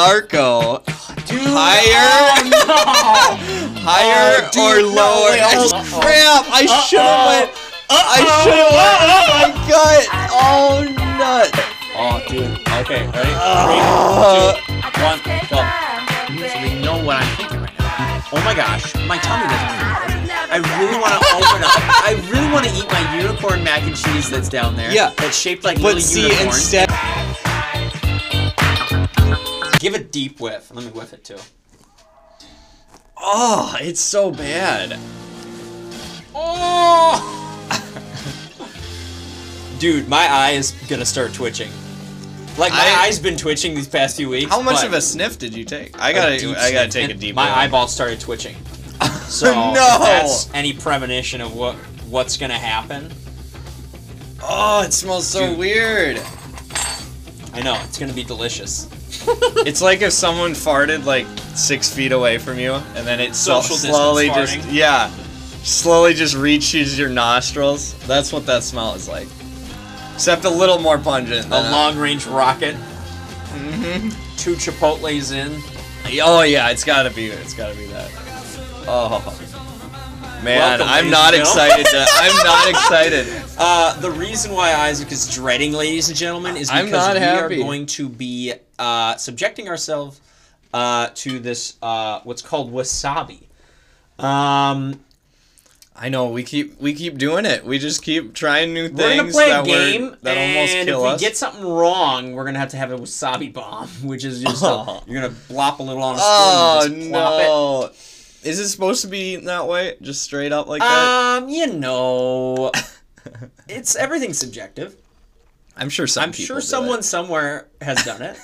Darko. Higher, oh, higher Uh, dude, or no, lower? wait, hold Ah, crap! I should have went. I should have went. I got all nut. Oh, dude. Okay, ready? Uh, One, go. go. So we know what I'm thinking right now. Oh my gosh, my tummy doesn't hurt. I really want to open up. I really want to eat my unicorn mac and cheese that's down there. Yeah. That's shaped like but little see, unicorns. instead, Give a deep whiff. Let me whiff it too. oh, it's so bad, Oh! dude. My eye is gonna start twitching. Like my I- eye's been twitching these past few weeks. How much but of a sniff did you take? I a gotta, deep I gotta sniff, take a and deep. My one. eyeball started twitching. So No! if that's any premonition of what what's gonna happen. Oh, it smells so Dude. weird. I know it's gonna be delicious. It's like if someone farted like six feet away from you, and then it so- Social distance slowly just farting. yeah, slowly just reaches your nostrils. That's what that smell is like, except a little more pungent. A than a- long range rocket. Mm-hmm. Two Chipotle's in. oh yeah, it's gotta be. It's gotta be that. Oh man, Welcome, I'm ladies not and gentlemen. excited. To, I'm not excited. Uh, the reason why Isaac is dreading, ladies and gentlemen, is because I'm not we happy. are going to be uh, subjecting ourselves uh, to this uh, what's called wasabi. Um, I know we keep we keep doing it. We just keep trying new things we're gonna play a that we're- game, that almost and if kill we us. get something wrong, we're gonna have to have a wasabi bomb, which is just Oh. a, you're gonna blop a little on a spoon Oh and just plop it. no! Is it supposed to be eaten that way? Just straight up like that? Um, you know, it's everything's subjective. I'm sure some. I'm people sure do someone it. somewhere has done it,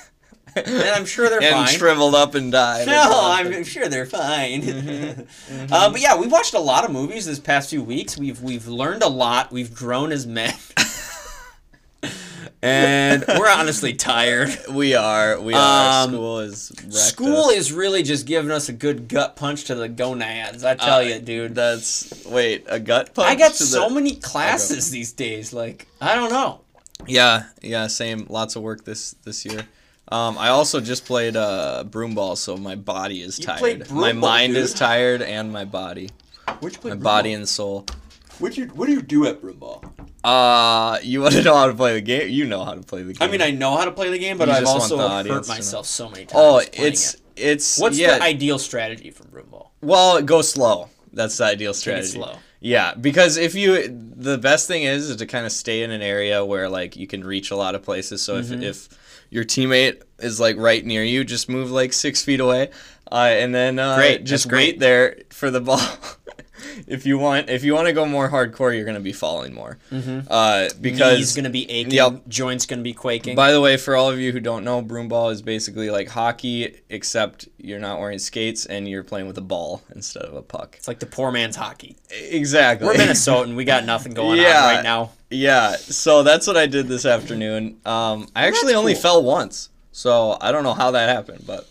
and I'm sure they're and fine. shriveled up and died. no, I'm sure they're fine. Mm-hmm. Uh, but yeah, we watched a lot of movies this past few weeks. We've we've learned a lot. We've grown as men, and we're honestly tired. We are. We are. Um, school is. wrecked School us. is really just giving us a good gut punch to the gonads. I tell Uh, you, dude. That's wait a gut punch. I got to the- so many classes these days. Like I don't know. Yeah, yeah, same. Lots of work this this year. Um, I also just played uh, broomball, so my body is You tired. played my broomball, mind is dude? tired, and my body, Which my body and soul. What you what do you do at broomball? Uh, you want to know how to play the game? You know how to play the game. I mean, I know how to play the game, but You I've just want also the hurt audience to know. myself so many times. Oh, playing it's it. it's what's yeah. the ideal strategy for broomball? well, go slow. That's the ideal Take it strategy. slow. Yeah, because if you the best thing is is to kind of stay in an area where like you can reach a lot of places. So Mm-hmm. if if your teammate is like right near you, just move like six feet away, uh, and then uh, Great, just that's great. wait there for the ball. if you want, if you want to go more hardcore, you're gonna be falling more. Uh, Mm-hmm. Knees because gonna be aching. Yep. Joints gonna be quaking. by the way, for all of you who don't know, broomball is basically like hockey, except you're not wearing skates and you're playing with a ball instead of a puck. it's like the poor man's hockey. Exactly. We're Minnesotan. We got nothing going Yeah. on right now. Yeah, so that's what I did this afternoon. Um, I actually only cool. fell once, so I don't know how that happened, but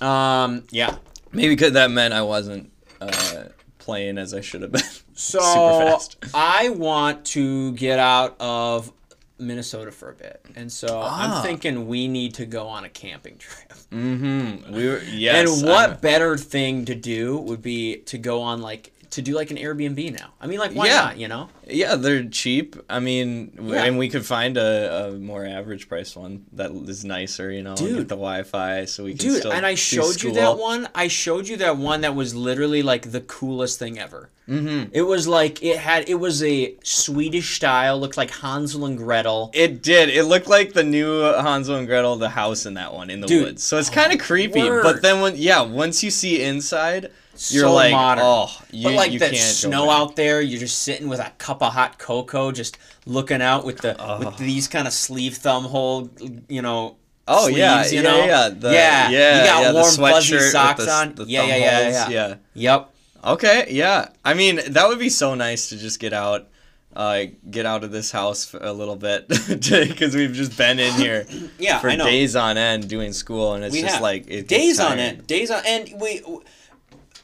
Um, yeah. maybe because that meant I wasn't uh, playing as I should have been. So Super fast. I want to get out of Minnesota for a bit, and so Ah. I'm thinking we need to go on a camping trip. Mm-hmm. We were yes. and what I- better thing to do would be to go on like to do like an Airbnb now. I mean, like why Yeah. not? You know, yeah, they're cheap. I mean, w Yeah. and we could find a, a more average price one that is nicer, you know, and Dude. get the Wi-Fi, so we can dude. still And I do showed school. you that one. I showed you that one that was literally like the coolest thing ever. Mm-hmm. It was like it had it was a Swedish style, looked like Hansel and Gretel. It did. It looked like the new Hansel and Gretel, the house in that one in the Dude. oh, woods. So it's kind of creepy. word. But then when yeah, once you see inside, you're So like, modern. oh, you, but like you that can't go snow back." out there, you're just sitting with a cup of hot cocoa, just looking out with the with these kind of sleeve thumb hole, you know. Oh yeah, sleeves, you yeah, know? yeah, the, yeah, yeah. You got yeah, the warm sweatshirt fuzzy with socks the, s- on. the yeah, yeah, thumb yeah, holes, yeah, yeah. Yep. Okay, yeah. I mean, that would be so nice to just get out, uh, get out of this house for a little bit, because we've just been in here Yeah, for I know. days on end doing school, and it's we just have like it gets days on tiring. end. Days on end. We w-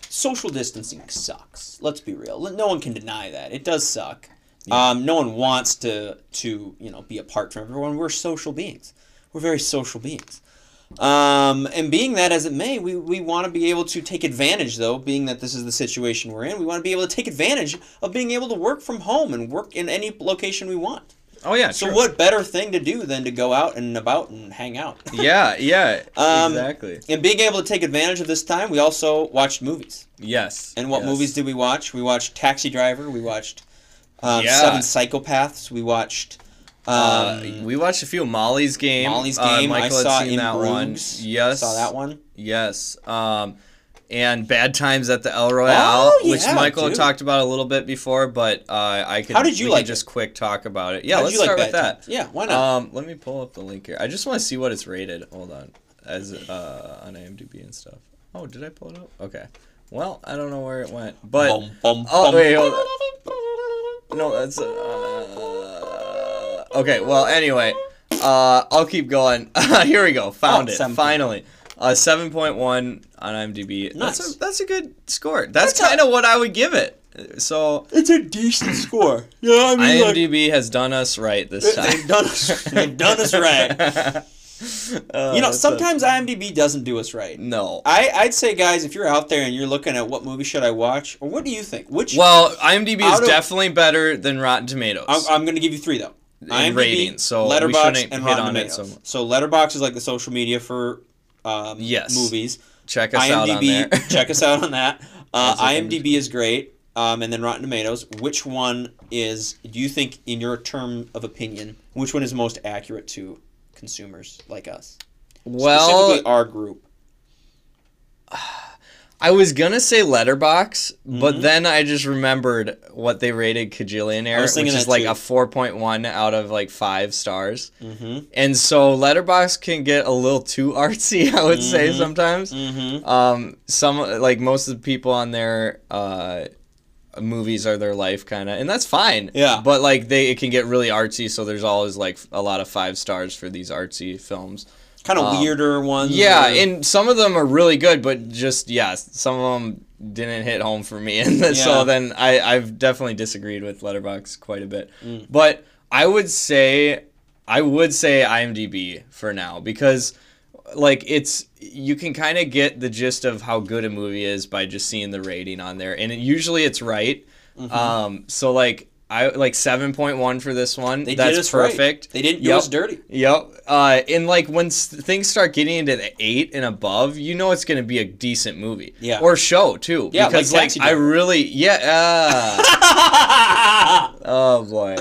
social distancing sucks. Let's be real. No one can deny that. It does suck. Um, no one wants to to you know be apart from everyone. We're social beings. We're very social beings. Um, and being that as it may, we, we want to be able to take advantage, though, being that this is the situation we're in, we want to be able to take advantage of being able to work from home and work in any location we want. Oh yeah. So, true. what better thing to do than to go out and about and hang out? Yeah, yeah. Um, exactly. and being able to take advantage of this time, we also watched movies. Yes. And what yes. movies did we watch? We watched Taxi Driver, we watched um, Yeah. Seven Psychopaths, we watched. Um, Uh, we watched a few Molly's game. Molly's Uh, game. Michael I saw had seen in that Bruges. one. Yes. saw that one. Yes. Um, and Bad Times at the El Royale, Oh, which yeah, Michael dude. had talked about a little bit before, but uh, I could. How did you we like could it? just quick talk about it? Yeah, How'd let's you like start with Bad that. Times? Yeah, why not? Um, let me pull up the link here. I just want to see what it's rated. Hold on, as uh, on IMDb and stuff. Oh, did I pull it up? Okay. Well, I don't know where it went, but Bum, bum, oh bum. wait, hold on. No, that's uh, okay. Well, anyway, uh, I'll keep going. here we go. Found Oh, it 7.1. finally. Uh, seven point one on IMDb. That's Nice. a that's a good score. That's, That's a- kind of what I would give it. So It's a decent score. Yeah, I mean, like, IMDb has done us right this time. they've done us, they've done us right. Uh, You know, that's a- sometimes IMDb doesn't do us right. no. I, I'd say, guys, if you're out there and you're looking at what movie should I watch, or what do you think? Which Well, IMDb is Out of- definitely better than Rotten Tomatoes. I'm, I'm going to give you three though. IMDb, ratings, so we Letterboxd, shouldn't and hit Rotten on it Tomatoes. so- So Letterbox is like the social media for um, Yes. movies. Check us out on there. IMDb, check us out on that. Uh, That's a thing. IMDb is great, um, and then Rotten Tomatoes. Which one is do you think, in your term of opinion, which one is most accurate to consumers like us, well, specifically our group? I was gonna say Letterbox, but Mhm. then I just remembered what they rated Kajillionaire, I was which thinking is that like too. a four point one out of like five stars. Mm-hmm. And so Letterbox can get a little too artsy, I would say Mhm. sometimes. Mm-hmm. Um, some like most of the people on their uh, movies are their life kind of, and that's fine. Yeah. But like they, it can get really artsy, so there's always like a lot of five stars for these artsy films. Kind of Um, weirder ones. Yeah, or- and some of them are really good, but just yeah, some of them didn't hit home for me, and then- Yeah. so then I I've definitely disagreed with Letterbox quite a bit. Mm. But I would say I would say IMDb for now because like it's you can kind of get the gist of how good a movie is by just seeing the rating on there, and it, usually it's right. Mm-hmm. Um, so like. I like seven point one for this one. they That's did us right. perfect. They didn't do Yep. us dirty. Yep. Uh, and like when s- things start getting into the eight and above, you know it's going to be a decent movie. Yeah. Or show too. Yeah, like Because like, Taxi I Driver. really yeah. Uh, oh boy.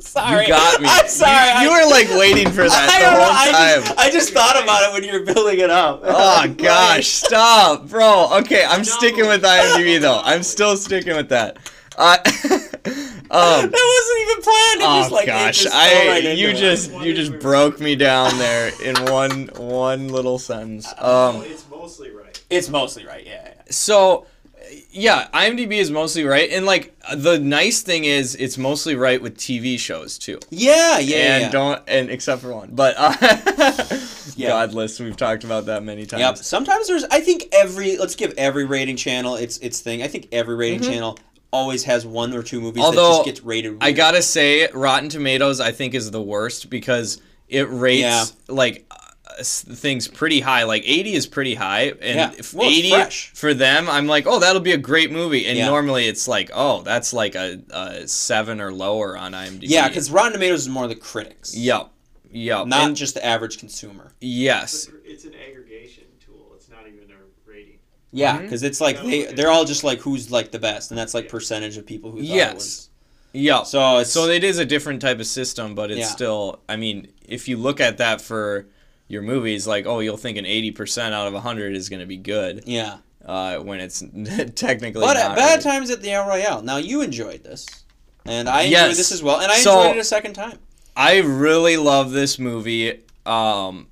sorry, You got me. I'm sorry. You, you I- were like waiting for I don't that know, I the whole just, time. I just thought about it when you were building it up. Oh gosh, stop, bro. Okay, I'm sticking with IMDb though. I'm still sticking with that. Uh, um, that wasn't even planned. It Oh just, like, it gosh, just I fell right into you it. just you just broke me down there in one one little sentence. Oh, Um, it's mostly right. It's mostly right. Yeah. yeah. so yeah, IMDb is mostly right, and like the nice thing is it's mostly right with TV shows too. Yeah. Yeah. and yeah. don't and except for one, but uh, Yeah. godless. We've talked about that many times. Yep. Sometimes there's. I think every. Let's give every rating channel its its thing. I think every rating channel always has one or two movies that Mm-hmm. Although, just gets rated. I weird. gotta say, Rotten Tomatoes I think is the worst because it rates Yeah. like uh, s- things pretty high. Like eighty is pretty high, and Yeah. if Well, it's eighty fresh. for them, I'm like, oh, that'll be a great movie. And Yeah. normally it's like, oh, that's like a, a seven or lower on IMDb. Yeah, because Rotten Tomatoes is more the critics. yep, yep, Not And- just the average consumer. It's, yes, a gr- it's an aggregation tool. It's not even a rating. Yeah, Mhm. because it's like they they're all just like who's like the best, and that's like percentage of people who. Thought Yes. It was. yep. So it's So it is a different type of system, but it's Yeah. still. I mean, if you look at that for your movies, like oh, you'll think an eighty percent out of hundred is going to be good yeah. uh, when it's technically. But not at bad really. times at the El Royale. Now you enjoyed this, and I Yes. enjoyed this as well, and I So- enjoyed it a second time. I really love this movie. Um,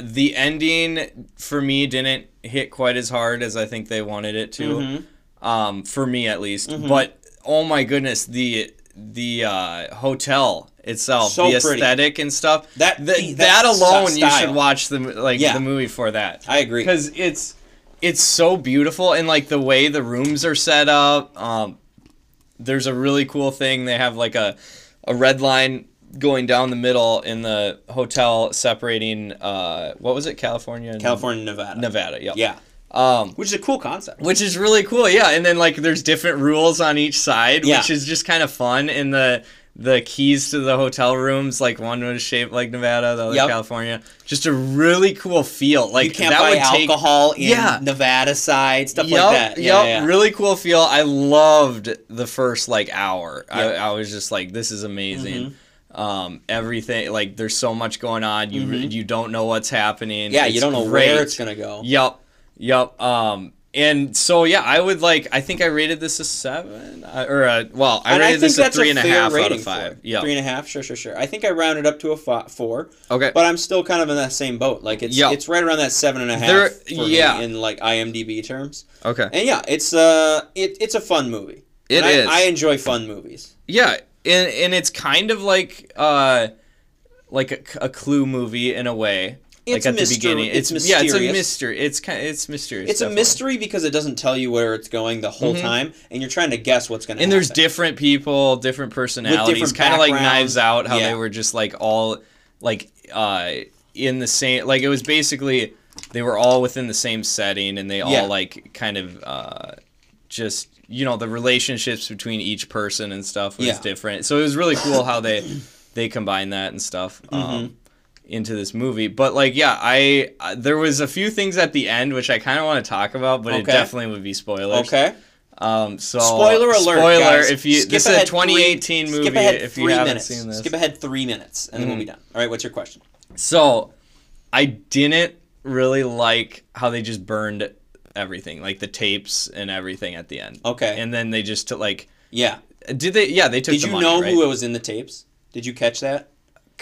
the ending for me didn't hit quite as hard as I think they wanted it to. Mhm. Um, for me at least. Mhm. But oh my goodness, the the uh, hotel itself, So the pretty. aesthetic and stuff. That Th- the- that s- alone, you style. should watch the m- like Yeah. the movie for that I agree. because it's it's so beautiful and like the way the rooms are set up. Um, there's a really cool thing. They have like a a red line going down the middle in the hotel separating uh, what was it California and California, Nevada. Nevada yep. Yeah. um Which is a cool concept. which is really cool yeah and then like there's different rules on each side Yeah. which is just kind of fun and the the keys to the hotel rooms like one was shaped like Nevada the other Yep. California just a really cool feel like you can't that buy would take alcohol in Yeah. Nevada side, stuff Yup, like that. Yeah, yup, yeah, yeah. really cool feel. I loved the first like hour. Yep. Mm-hmm. I, I was just like, this is amazing. Um, everything like there's so much going on. You re- you don't know what's happening. Yeah, you It's don't know great. where it's gonna go. Yup, yup. Um, and so yeah, I would like. I think I rated this a seven uh, or a, well, I and I rated think this a that's three and a fair half out rating of for five. it. Yeah. three and a half. Sure, sure, sure. I think I rounded up to a fi- four, Okay. but I'm still kind of in that same boat. Like it's Yeah. it's right around that seven and a half. There- for me yeah. in like IMDb terms. okay. And yeah, it's uh, it, it's a fun movie. It It is. is. I, enjoy fun movies. Yeah, and and it's kind of like uh like a, a clue movie in a way. It's like at mystery- the beginning, it's yeah, it's a mysterious. mystery. It's kind, it's mysterious. It's a definitely. mystery because it doesn't tell you where it's going the whole time, and you're trying to guess what's going to. Mm-hmm. And there's happen. different people, different personalities, kind of like backgrounds. Knives Out, how Yeah. they were just like all like uh in the same. Like it was basically they were all within the same setting, and they all Yeah. like kind of uh just you know the relationships between each person and stuff was Yeah. different. So it was really cool how they they combined that and stuff. Um, Mm-hmm. into this movie. But like, yeah, I uh, there was a few things at the end which I kind of want to talk about, but it Okay. definitely would be spoilers. Okay. Um. So Spoiler alert, Spoiler guys. if you Skip this is a ahead 2018 three- movie. Skip ahead if three you haven't minutes. seen this, Mm-hmm. skip ahead three minutes, and then we'll be done. All right, what's your question? so I didn't really like how they just burned everything, like the tapes and everything at the end. Okay. And then they just took like. Yeah. Did they? Yeah, they took. Did the you money, know right? who was in the tapes? Did you catch that?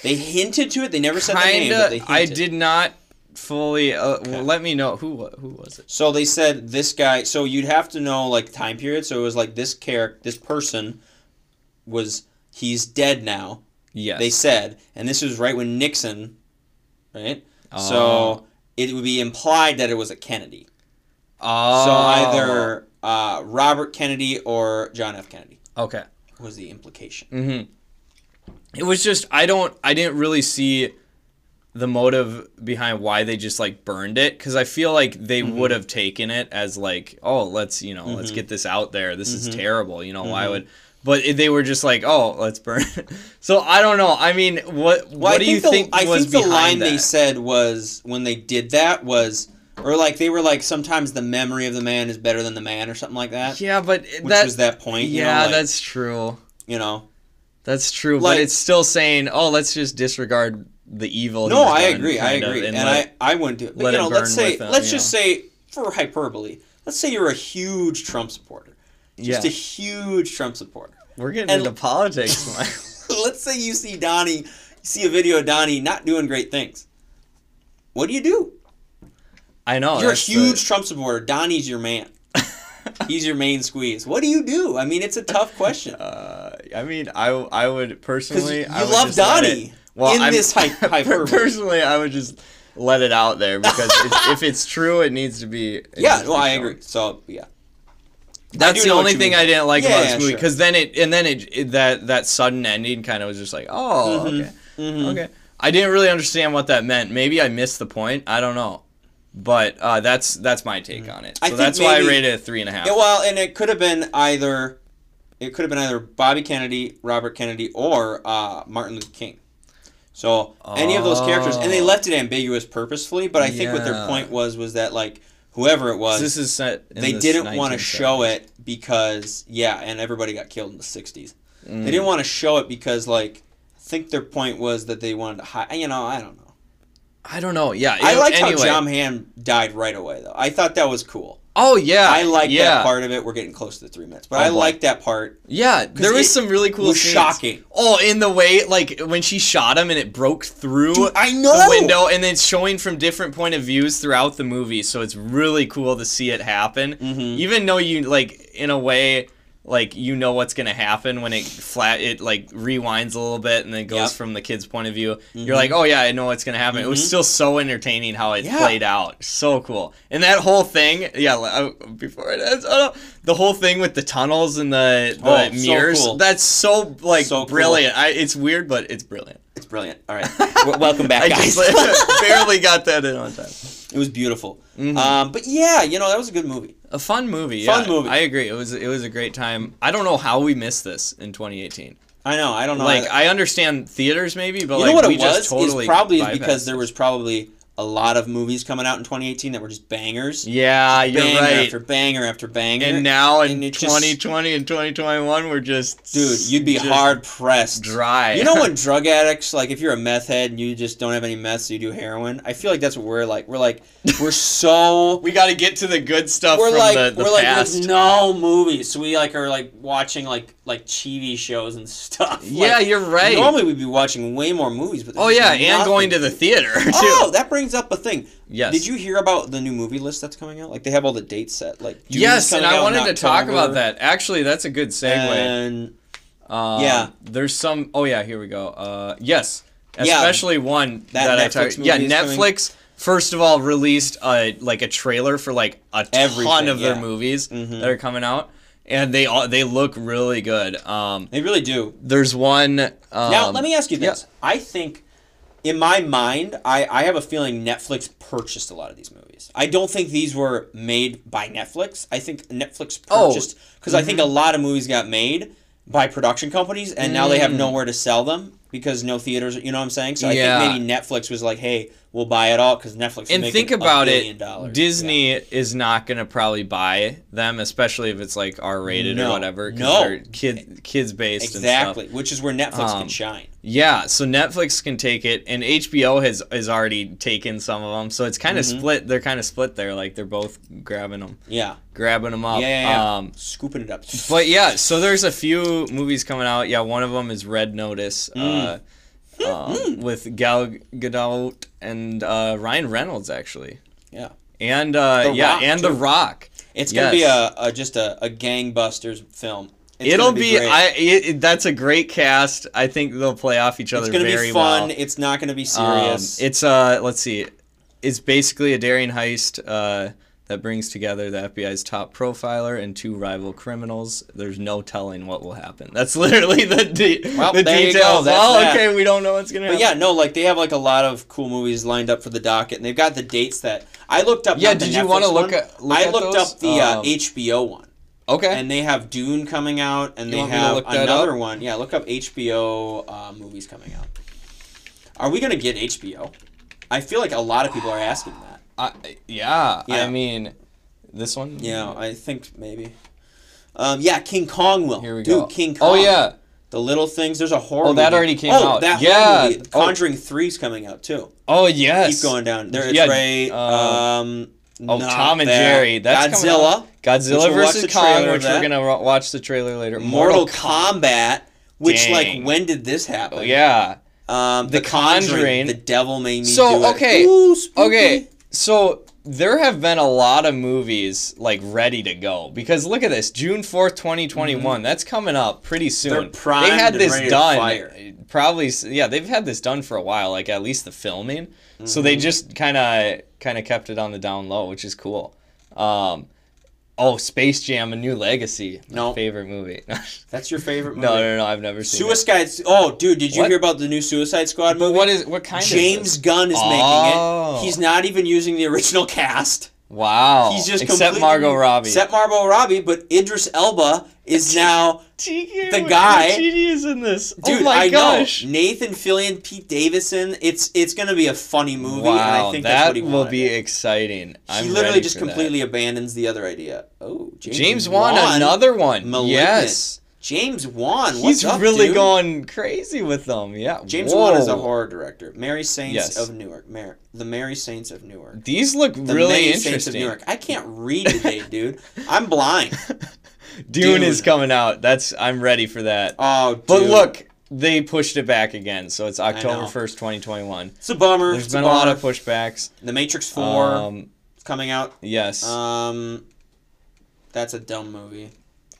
They hinted to it. They never said the name, but they Kinda. hinted. I did not fully. Uh, Let me know who. wa- Who was it? So they said this guy. So you'd have to know like time period. So it was like this character, this person, was he's dead now. Yes. They said, and this was right when Nixon, right? So it would be implied that it was a Kennedy. Oh. So either uh, Robert Kennedy or John F. Kennedy Oh, Okay. was the implication. Mm-hmm. It was just I don't I didn't really see the motive behind why they just like burned it because I feel like they Mm-hmm. would have taken it as like oh let's you know let's get this out there this is Mm-hmm. terrible you know why would but it, they were just like oh let's burn it. so I don't know I mean what Well, what do you think I was think the behind line that? they said was when they did that was, or like they were like sometimes the memory of the man is better than the man or something like that. yeah but Which that, was that point? you know, yeah like, that's true you know. that's true Like- but it's still saying oh let's just disregard the evil he No, was I done, agree. I kind of, agree. And, like- I I wouldn't do it. But let you it know, let's burn say with them, let's yeah. just say for hyperbole, let's say you're a huge Trump supporter. Just Yeah. a huge Trump supporter. we're getting and- into politics Mike. let's say you see Donnie, you see a video of Donnie not doing great things. What do you do? I know You're a Oh, that's the- huge Trump supporter. Donnie's your man. He's your main squeeze. What do you do? I mean, it's a tough question. Uh, I mean, I I would personally. you I would love just let Donnie it- in this hy- hyperbole. personally, I would just let it out there because it's, if it's true, it needs to be. it yeah, needs to no, be I shown. agree. So yeah, That's do the know what only you thing mean. I didn't like Yeah, about yeah, this movie sure. because then it and then it, it- that that sudden ending kind of was just like, oh, okay, Mm-hmm. okay. I didn't really understand what that meant. Maybe I missed the point. I don't know, but uh, that's that's my take on it. I So think that's why Mm-hmm. I maybe- rated it a three and a half. yeah. Well, and it could have been either, it could have been either Bobby Kennedy, Robert Kennedy, or uh, Martin Luther King. So any of those characters, and they Oh. left it ambiguous purposefully. But I think what their Yeah. point was was that like whoever it was, this is set. in they this didn't want to 1970s. show it because yeah, and everybody got killed in the '60s. Mm. They didn't want to show it because like I think their point was that they wanted to hide. You know, I don't know. I don't know. Yeah, I it- liked anyway. how John Hamm died right away though. I thought that was cool. Oh yeah, I like yeah. that part of it. We're getting close to the three minutes, but Oh, I boy. like that part. Yeah, there it was some really cool. was scenes. shocking. Oh, in the way, like when she shot him and it broke through Dude, I the know! window, and then it's showing from different point of views throughout Mm-hmm. the movie. So it's really cool to see it happen, even though you like in a way like you know what's gonna happen when it flat it like rewinds a little bit and then goes Yep. Mm-hmm. from the kid's point of view. You're like, oh yeah, I know what's gonna happen. It was still so entertaining how it Yeah. played out. So cool. And that whole thing, yeah. li- uh, Before it ends, oh, no, the whole thing with the tunnels and the Oh, the so mirrors. cool. That's so like So cool. brilliant. I, it's weird, but it's brilliant. It's brilliant. All right. W- welcome back, I guys. just barely got that in on time. it was beautiful. Um, but yeah, you know, that was a good movie. Uh, A fun movie. Fun yeah. movie. I agree. It was it was a great time. I don't know how we missed this in 2018. I know. I don't know. like I- I understand theaters maybe, but you like know what we it was? just totally is probably bypassed because there was probably a lot of movies coming out in 2018 that were just bangers. Yeah, you're banger right. after banger after banger. and now in and it just- 2020 and 2021, we're just Dude, you'd be just hard pressed. dry. You know when drug addicts, like if you're a meth head and you just don't have any meth, so you do heroin. I feel like that's what we're like. We're like, we're so we got to get to the good stuff we're from like the, the we're like past. with no movies. So we like are like watching like like TV shows and stuff. yeah, Like, you're right. Normally we'd be watching way more movies, but oh there's yeah, just and nothing. going to the theater too. Oh, that brings up a thing. yes. Did you hear about the new movie list that's coming out? Like they have all the dates set. Like Dune's Yes, and coming I out in wanted to talk October, about that. Actually, that's a good segue. And Um, Uh, Yeah. There's some. Oh yeah, here we go. Uh, yes, Yeah. especially one That that, I Netflix talked. Yeah, movie is coming. Netflix. First of all, released a like a trailer for like a ton Everything, of their yeah. movies Mhm. that are coming out, and they all they look really good. Um, they really do. there's one. Um, Now, let me ask you yeah. this. I think, in my mind, I, I have a feeling Netflix purchased a lot of these movies. I don't think these were made by Netflix. I think Oh, Netflix mm-hmm. purchased, because I think a lot of movies got made by production companies, and now they Mm. have nowhere to sell them because no theaters, you know what I'm saying? So I Yeah. think maybe Netflix was like, hey, we'll buy it all because Netflix is and making think a about billion it dollars. disney is not going to probably buy them especially if it's like r-rated or No. whatever 'cause No. they're kid, kids Yeah. based and stuff Exactly, which is where Netflix Um, can shine. yeah so netflix can take it and hbo has has already taken some of them so it's kind of Mm-hmm. split they're kind of split there like they're both grabbing them Yeah. grabbing them Yeah, up yeah, yeah. um Scooping it up. but yeah so there's a few movies coming out yeah one of them is red notice uh, Mm. um, Mm-hmm. with Gal Gadot and uh, Ryan Reynolds actually, yeah. and uh, The yeah, Rock, and The too. Rock. It's gonna be Yes. a, a just a, a gangbusters film. It's It'll gonna be, great. I. It, it- that's a great cast. I think they'll play off each other it's gonna very be fun. well. It's not gonna be Um, serious. it's uh, let's see, it's basically a daring heist uh, that brings together the FBI's top profiler and two rival criminals. There's no telling what will happen. That's literally the de- Well, the there you go. details. That's oh, that. okay, we don't know what's gonna but happen. yeah, no, like they have like a lot of cool movies lined up for the docket, and they've got the dates that I looked up. Yeah, not the did you Netflix wanna look one. at- look I at looked those? up the uh, Um, HBO one, Okay. and they have Dune coming out, and You they want me to have look that another up? one. Yeah, look up HBO uh, movies coming out. Are we gonna get HBO? I feel like a lot of people are asking that. I, yeah, I Yeah. mean, this one. Yeah, I think maybe. Um, yeah, King Kong will. Here we Dude, go. King Kong. Oh yeah. The Little Things. There's a horror. Oh, that movie. already came oh, out. That Yeah. horror movie. Oh. Conjuring Three's coming out too. Oh yes. Keep going down. There, it's Yeah, right. uh, um, Oh, not Tom and that. Jerry. That's coming Godzilla. out. Godzilla Which we'll watch versus the Kong, trailer which of we're that. gonna ro- watch the trailer later. Mortal Kombat. Which Dang. like when did this happen? Oh, yeah. Um, The the, Conjuring. Conjuring. The Devil Made Me So, Do It. okay, Ooh, spooky. Okay. So there have been a lot of movies like ready to go because look at this, June fourth, twenty twenty one. That's coming up pretty soon. Mm-hmm. They're primed they had and this ready to done. fire. Probably s- yeah, they've had this done for a while. Like at least the filming. So Mm-hmm. they just kind of kind of kept it on the down low, which is cool. Um, oh, Space Jam: A New Legacy, my No. favorite movie. That's your favorite movie. No, no, no, I've never seen it. Suicide. Oh, dude, did you What? hear about the new Suicide Squad But movie? what is what kind of James is this? Gunn is Oh. making it. He's not even using the original cast. Wow. He's just except completely- Margot Robbie. Except Margot Robbie, but Idris Elba is now. TK the guy- Waititi is in this. Dude, oh my I gosh. know Nathan Fillion, Pete Davison. It's it's gonna be a funny movie, Wow, and I think that that's what he will wanted. be exciting. I'm he literally ready just for that. completely abandons the other idea. Oh, James, James Wan, Wan- another one. Malignant. Yes, James Wan. What's he's up, really dude? going crazy with them. Yeah, James Whoa. Wan is a horror director. Mary Saints Yes. of Newark. Mar- the Mary Saints of Newark. These look The really Many Saints of interesting. New York. I can't read today, dude. I'm blind. Dune is Dune. coming out. That's I'm ready for that. Oh, dude. but look, they pushed it back again, so it's October know. first, 2021. it's a bummer. There's it's a been a lot bummer. of pushbacks. The Matrix Four Uh, Um, is coming out. yes. Um, that's a dumb movie.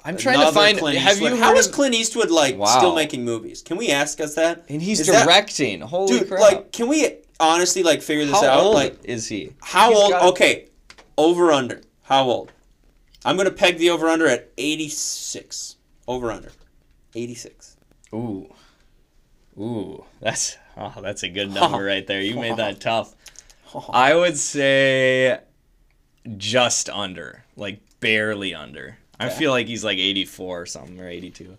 I'm trying to another find. Clint Have Eastwood. you How heard is of- Clint Eastwood like Wow. still making movies? Can we ask us that? And he's Is that- directing. Holy dude, crap! like, can we honestly like figure this how out? old like, is he? how He's old? gotta- Okay, over under. How old? I'm gonna peg the over under at 86. Over under, 86. Ooh, ooh, that's oh, that's a good number right there. You made that tough. I would say just under, like barely under. I Okay. feel like he's like 84 or something or 82.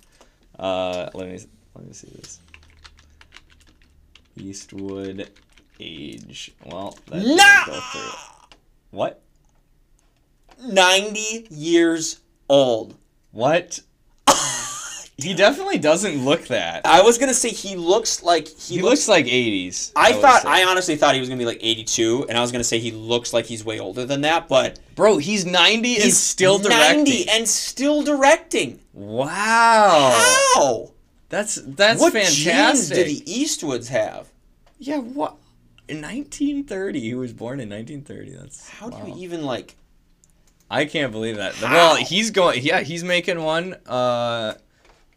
Uh, let me let me see this. Eastwood age. Well, that didn't go through. What? 90 years old. What? he definitely doesn't look that. I was gonna say he looks like he, He, looks, looks. like 80s. I would thought say. I honestly thought he was gonna be like 82, and I was gonna say he looks like he's way older than that, but Bro, he's 90 and still directing. 90 and still directing. Wow. How? That's Oh. that's what genes fantastic. did the Eastwoods have? Yeah, what in 1930 he was born in 1930. That's How do wow. you even like? I can't believe that. How? Well, he's going yeah, he's making one uh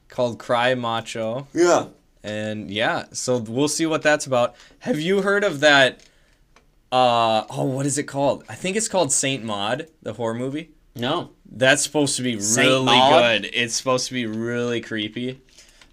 called Cry Macho Yeah. and yeah, so we'll see what that's about. Have you heard of that uh oh, what is it called? I think it's called Saint Maud, the horror movie. No. That's supposed to be Saint really Maud? good. It's supposed to be really creepy.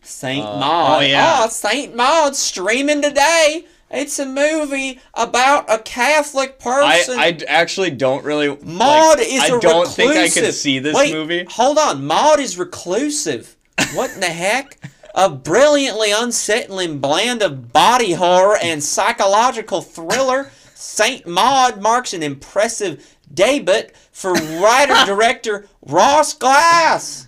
Saint Uh, Maud. oh, yeah. Ah, Saint Maud streaming today. It's a movie about a Catholic I, person. I d- actually don't really. like, Maud is I a don't reclusive. think I could see this Wait, movie. Hold on, Maud is reclusive. What in the heck? A brilliantly unsettling blend of body horror and psychological thriller, Saint Maud marks an impressive debut for writer director Ross Glass.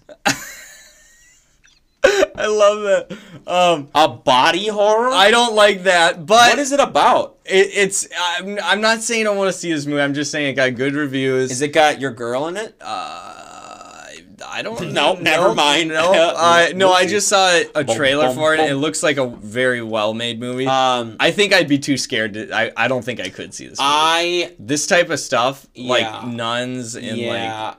I love that. Um, A body horror? I don't like that, but what is it about? it, it's. I'm, I'm not saying I want to see this movie. I'm just saying it got good reviews. Is it got your girl in it? Uh, I don't. No, know. never mind. No, uh, no. I just saw a trailer bum, for it. and It bum. looks like a very well-made movie. Um, I think I'd be too scared. To, I I don't think I could see this. Movie. I this type of stuff, Uh, Yeah. like nuns and yeah. like,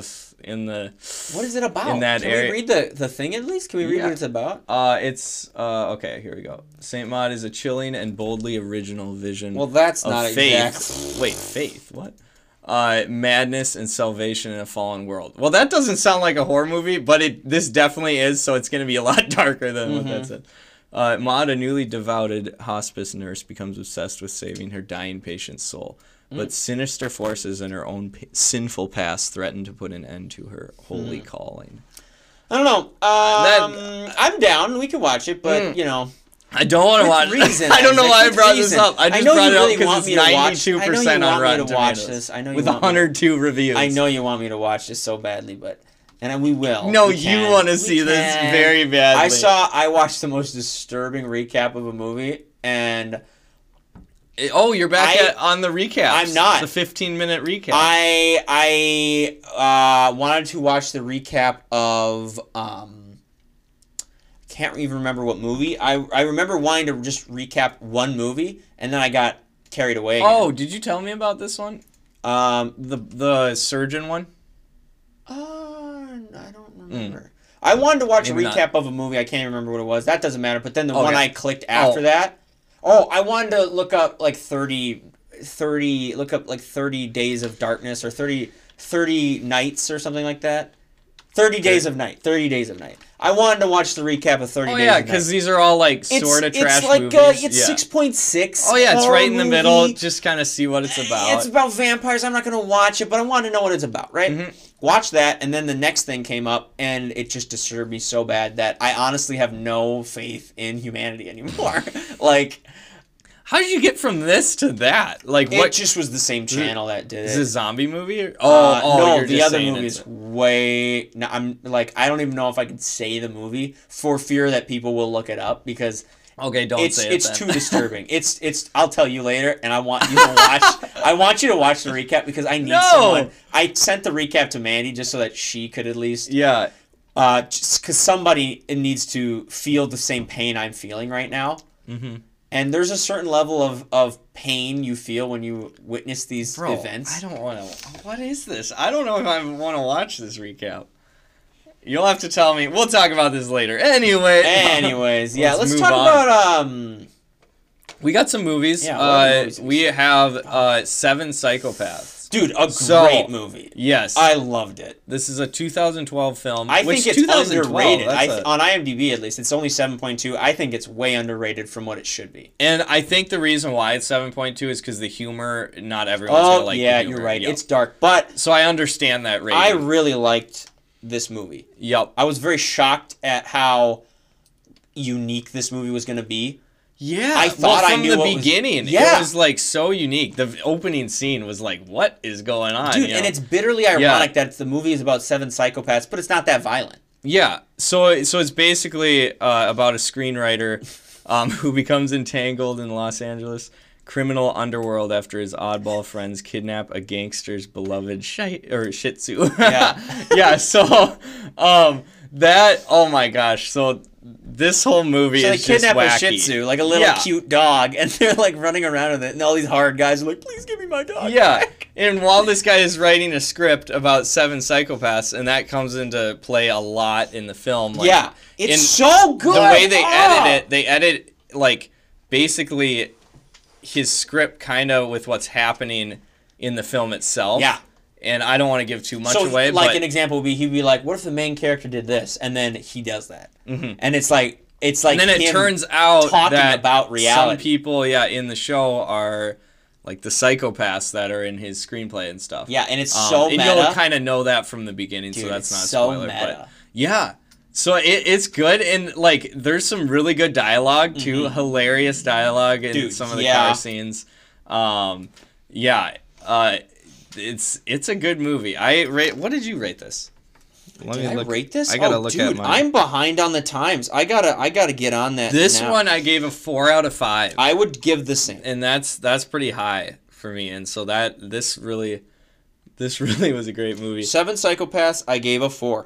ugh, in the. what is it about? in that Can area- we read the, the thing at least? Can we read Yeah. what it's about? Uh, it's uh, okay. Here we go. Saint Maud is a chilling and boldly original vision Well, that's of not faith. exact. Wait, faith? What? Uh, madness and salvation in a fallen world. Well, that doesn't sound like a horror movie, but it this definitely is. So it's gonna be a lot darker than what Mm-hmm. that said. Uh, Maud, a newly devoted hospice nurse, becomes obsessed with saving her dying patient's soul. Mm. But sinister forces in her own p- sinful past threaten to put an end to her holy Mm. calling. I don't know. Um, I'm down. We can watch it, but you know, Hmm. I don't want to with watch. reason. I don't know Isaac, why I with brought this reason. up. I just know brought you it really up because want it's me to watch. ninety-two I know you percent want on me Rotten to watch Tomatoes this. I know you with want me to- hundred-two reviews. I know you want me to watch this so badly, but and we will. No, We you can. want to We see this can. very badly. I saw. I watched the most disturbing recap of a movie, and It- Oh, you're back I- at, on the recap. I'm not. the fifteen-minute recap. I I uh, wanted to watch the recap of um can't even remember what movie. I I remember wanting to just recap one movie and then I got carried away. oh, did you tell me about this one? Oh, um The the surgeon one. uh, I don't remember. I wanted to watch Hmm. Maybe a not. recap of a movie. I can't remember what it was. That doesn't matter. But then the Okay. one I clicked after Oh. that. Oh, I wanted to look up like 30, 30 look up like 30 days of darkness or 30, 30 nights or something like that. 30 days of night. 30 days of night. I wanted to watch the recap of 30 Oh days yeah, of night. because these are all like it's, sort of it's trash like movies. Uh, it's yeah. 6.6. Oh yeah, it's horror right in the middle. movie. Just kind of see what it's about. It's about vampires. I'm not going to watch it, but I want to know what it's about, right? Mhm. Watch that, and then the next thing came up, and it just disturbed me so bad that I honestly have no faith in humanity anymore. like, How did you get from this to that? Like it what? just was the same channel that did Is it. it a zombie movie? Or, Uh, oh, oh, no, you're the just other saying movie it's- is way. No, I'm like, I don't even know if I can say the movie for fear that people will look it up because Okay, don't it's say it. it's then. too disturbing. It's it's. I'll tell you later, and I want you to watch. I want you to watch the recap because I need No. someone. I sent the recap to Mandy just so that she could at least, yeah, uh, because somebody needs to feel the same pain I'm feeling right now. mm-hmm. And there's a certain level of of pain you feel when you witness these bro. events. I don't want to. What is this? I don't know if I want to watch this recap. You'll have to tell me. We'll talk about this later. Anyway. Anyways, yeah, Let's let's, move talk on. about um. We got some movies. Yeah, what are the uh, movies we have uh, Seven Psychopaths. Dude, a So- great movie. Yes. I loved it. this is a 2012 film. I which think it's 2012, underrated. that's I th- a- on IMDb, at least, it's only seven point two. I think it's way underrated from what it should be. and I think the reason why it's 7.2 is because the humor, not everyone's going Oh to like the yeah, humor. you're right. Yep. It's dark, but so I understand that rating. I really liked this movie. yep. I was very shocked at how unique this movie was going to be. Yeah. I thought well, I from knew the what was- beginning. It Yeah. was like so unique. The v- opening scene was like, what is going on? Dude, you and know? it's bitterly ironic that it's, the movie is about seven psychopaths, but it's not that violent. Yeah. So so it's basically uh, about a screenwriter um, who becomes entangled in Los Angeles criminal underworld after his oddball friends kidnap a gangster's beloved shi- or Shih Tzu. Yeah. yeah. So um, that oh my gosh. So this whole movie So they is just kidnap a wacky. Shih Tzu, like a little Yeah. cute dog, and they're like running around with it, and all these hard guys are like, "Please give me my dog." Yeah. back." And while this guy is writing a script about seven psychopaths, and that comes into play a lot in the film. Like, yeah, it's in- so good. the way they Ah! edit it, they edit like basically his script kind of with what's happening in the film itself. Yeah. And I don't want to give too much so, away, like but an example would be, he'd be like, "What if the main character did this?" And then he does that, mm-hmm. and it's like, it's like and then it him- turns out talking that about some reality. people, yeah, in the show are like the psychopaths that are in his screenplay and stuff. Yeah, and it's Um, so and meta. you'll kind of know that from the beginning, so Dude, that's it's not a so spoiler. But meta. yeah, so it, it's good and like there's some really good dialogue too, hilarious dialogue in Mm-hmm. Dude, some of the yeah. car scenes. Um, yeah, uh, it's it's a good movie. I rate. What did you rate this? Let Did I rate this? I gotta oh, look dude, at mine. I'm behind on the times. I gotta, I gotta get on that. This now. one I gave a four out of five. I would give the same. and that's that's pretty high for me and so that this really this really was a great movie Seven psychopaths. I gave a four.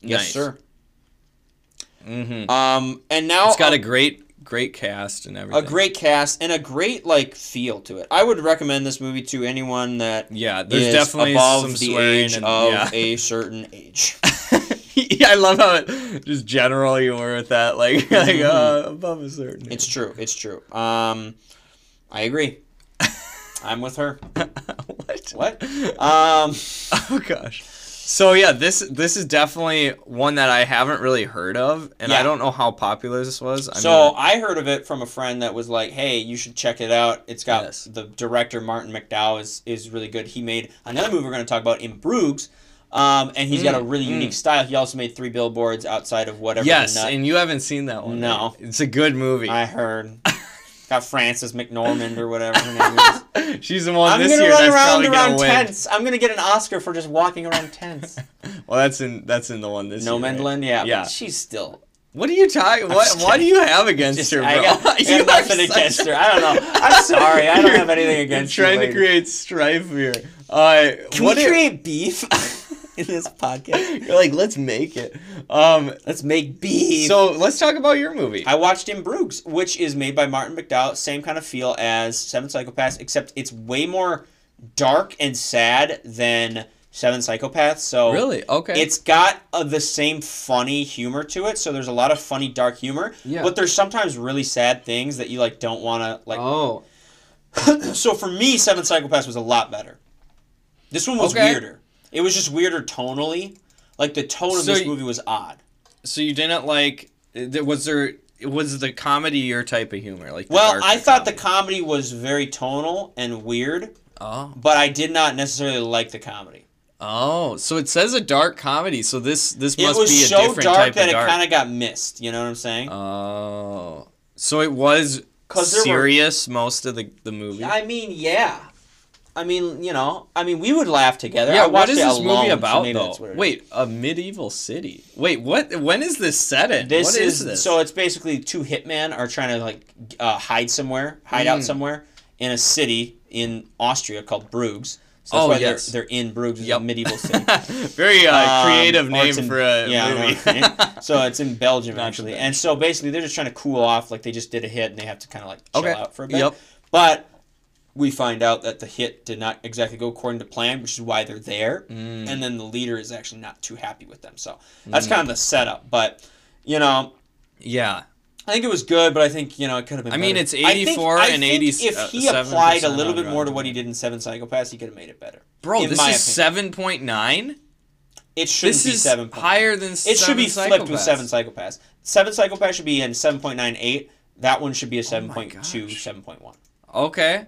Yes, Nice. sir. hmm Um, and now it's got a a, great great cast and a everything great cast and a great like feel to it. I would recommend this movie to anyone that yeah there's is definitely above some the swearing age and, of yeah. a certain age. yeah i love how it, just general you were with that like like uh, above a certain Mm-hmm. it's true. It's true. Um, I agree. I'm with her. what What? Um, oh gosh so yeah this this is definitely one that i haven't really heard of and i Yeah. don't know how popular this was I so mean, I heard of it from a friend that was like, "Hey, you should check it out. It's got Yes. the director Martin McDowell is is really good. He made another movie we're going to talk about in Bruges, um, and he's got Mm, a really unique style. He also made three billboards outside of whatever. the yes nut- and you haven't seen that one No. right? it's a good movie I heard. got Frances McNormand or whatever her name is. She's the one I'm this gonna year run that's around probably around gonna win. tents. I'm gonna get an Oscar for just walking around tents. Well, that's in that's in the one this no year. right? Mendlin, yeah, Yeah. But she's still. What are you talking? What just what do you have against her, bro? I got I You have are nothing such- against her. I don't know. I'm sorry. I don't have anything against her. You're trying to lady. create strife here. Uh, Can what we if- create beef in this podcast? You're like, let's make it. Um, Let's make beef. so let's talk about your movie. I watched In Bruges, which is made by Martin McDowell, same kind of feel as Seven Psychopaths, except it's way more dark and sad than Seven Psychopaths. So really? Okay. It's got uh, the same funny humor to it, so there's a lot of funny dark humor. Yeah. But there's sometimes really sad things that you like don't want to like. oh so for me, Seven Psychopaths was a lot better. This one was Okay. weirder. It was just weirder tonally. Like the tone of So this y- movie was odd. so you didn't like? th- Was there was the comedy your type of humor? Like the Well, darker I thought the comedy? comedy was very tonal and weird, oh but I did not necessarily like the comedy. oh so it says a dark comedy. So this this It must was be a so different dark type that of it dark. kind of got missed. You know what I'm saying? Oh, so it was 'Cause there were- serious most of the the movie. I mean, yeah. I mean, you know, I mean, we would laugh together. I yeah, what watched is it this alone, movie so about maybe that's what though? it is. Wait, a medieval city. Wait, what? When is this set in? this what is, this? so it's basically two hitmen are trying to like g- uh, hide somewhere, hide out Mm. somewhere in a city in Austria called Bruges. So that's Oh, why yes. they're, they're in Bruges, is Yep. a medieval city. very uh, Um, creative or name it's in- for a yeah, I know, movie. right? so it's in Belgium Not too actually, bad. and so basically they're just trying to cool off, like they just did a hit and they have to kind of like chill Okay. out for a bit. Yep. But we find out that the hit did not exactly go according to plan, which is why they're there. Hmm. And then the leader is actually not too happy with them. So that's kind of the setup. But, you know, Yeah. I think it was good, but I think, you know, it could have been I mean, better. it's I think- 84 I and think 80 If he uh, applied a 7% little bit on more to Rotten what he did in Seven Psychopaths, he could have made it better. Bro, in this my is opinion. 7.9? It should This be is 7. higher than It should be flipped Psychopaths. with Seven Psychopaths. Seven Psychopaths should be in 7.98. That one should be a 7.2, Oh gosh. 7.1. Okay.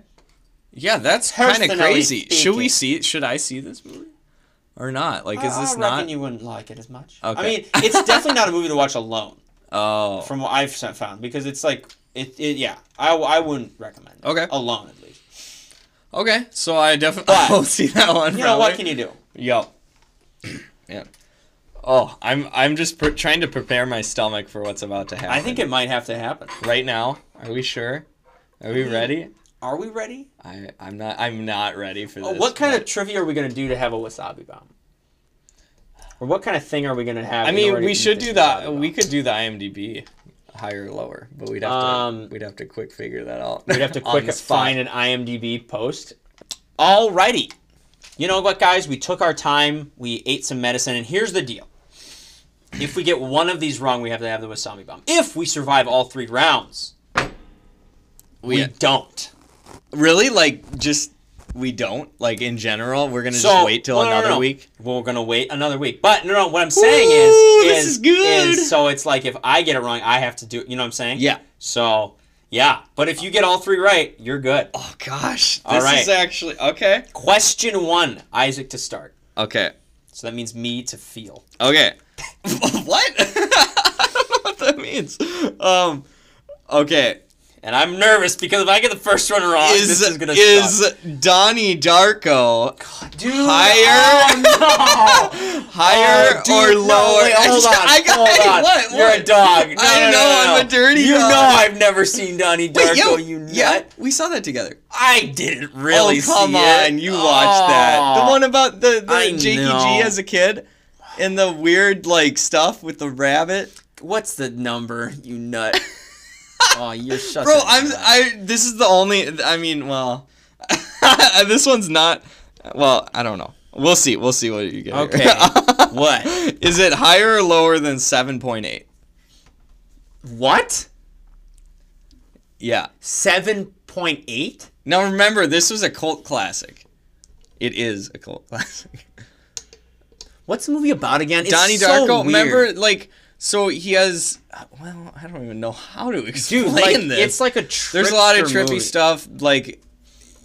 Yeah, that's kind of Personally crazy. Should speaking. we see it? Should I see this movie? Or not? Like, is I- this I reckon not? you wouldn't like it as much. I Okay. mean, it's definitely not a movie to watch alone, Oh. from what I've s- found, because it's like it. it yeah, I, w- I wouldn't recommend. It, Okay. alone at least. Okay, so I definitely But- will see that one. You know what probably. can you do? Yo. yeah. Oh, I'm I'm just pre- trying to prepare my stomach for what's about to happen. I think it might Mm-hmm. have to happen. right now. Are we sure? Are we ready? Are we ready? I I'm not I'm not ready for Uh, this. what kind of trivia are we gonna do to have a wasabi bomb? Or what kind of thing are we gonna have? I in mean, order we to eat should this do wasabi the bomb? we could do the IMDb higher or lower, but we'd have Um, to we'd have to quick figure that out. We'd have to on quick the spot. find an IMDb post. Alrighty. You know what, guys? We took our time. We ate some medicine, and here's the deal. If we get one of these wrong, we have to have the wasabi bomb. If we survive all three rounds, we We don't. really like just we don't like in general. We're gonna So- oh, just wait till no, no, no, another no. week. Well, we're gonna wait another week. But no, no. What I'm saying Ooh, is, this is, is good. is- so it's like if I get it wrong, I have to do. You know what I'm saying? Yeah. So yeah, but if you get all three right, you're good. Oh gosh, this All right. is actually okay. Question one, Isaac to start. Okay, So that means me to feel. Okay. what? I don't know what that means. Um, okay. And I'm nervous because if I get the first one wrong, Is this is gonna is suck. Donnie Darko Dude, higher- oh, no. higher Oh, dude, or no, lower? wait, hold on. I got, hold on. What, You're what? a dog. No, I no, no, know, no, I'm a no. dirty You dog. know I've never seen Donnie Darko, Wait, yo, you nut. yeah, we saw that together. I didn't really oh, come see on, it. you watched that. The Oh. one about the, I the Jakey know. G as a kid and the weird like stuff with the rabbit. What's the number, you nut? oh, you're such Bro, a I'm nut. I. This is the only. I mean, well, this one's not. Well, I don't know. We'll see. We'll see what you get. here. Okay. What? is it higher or lower than seven point eight? What? Yeah. 7.8? Now remember, this was a cult classic. It is a cult classic. What's the movie about again? It's Donnie so Darko. weird. remember, like, so he has. Well, I don't even know how to explain Dude, like, this. it's like a There's a lot of trickster trippy movie. stuff. Like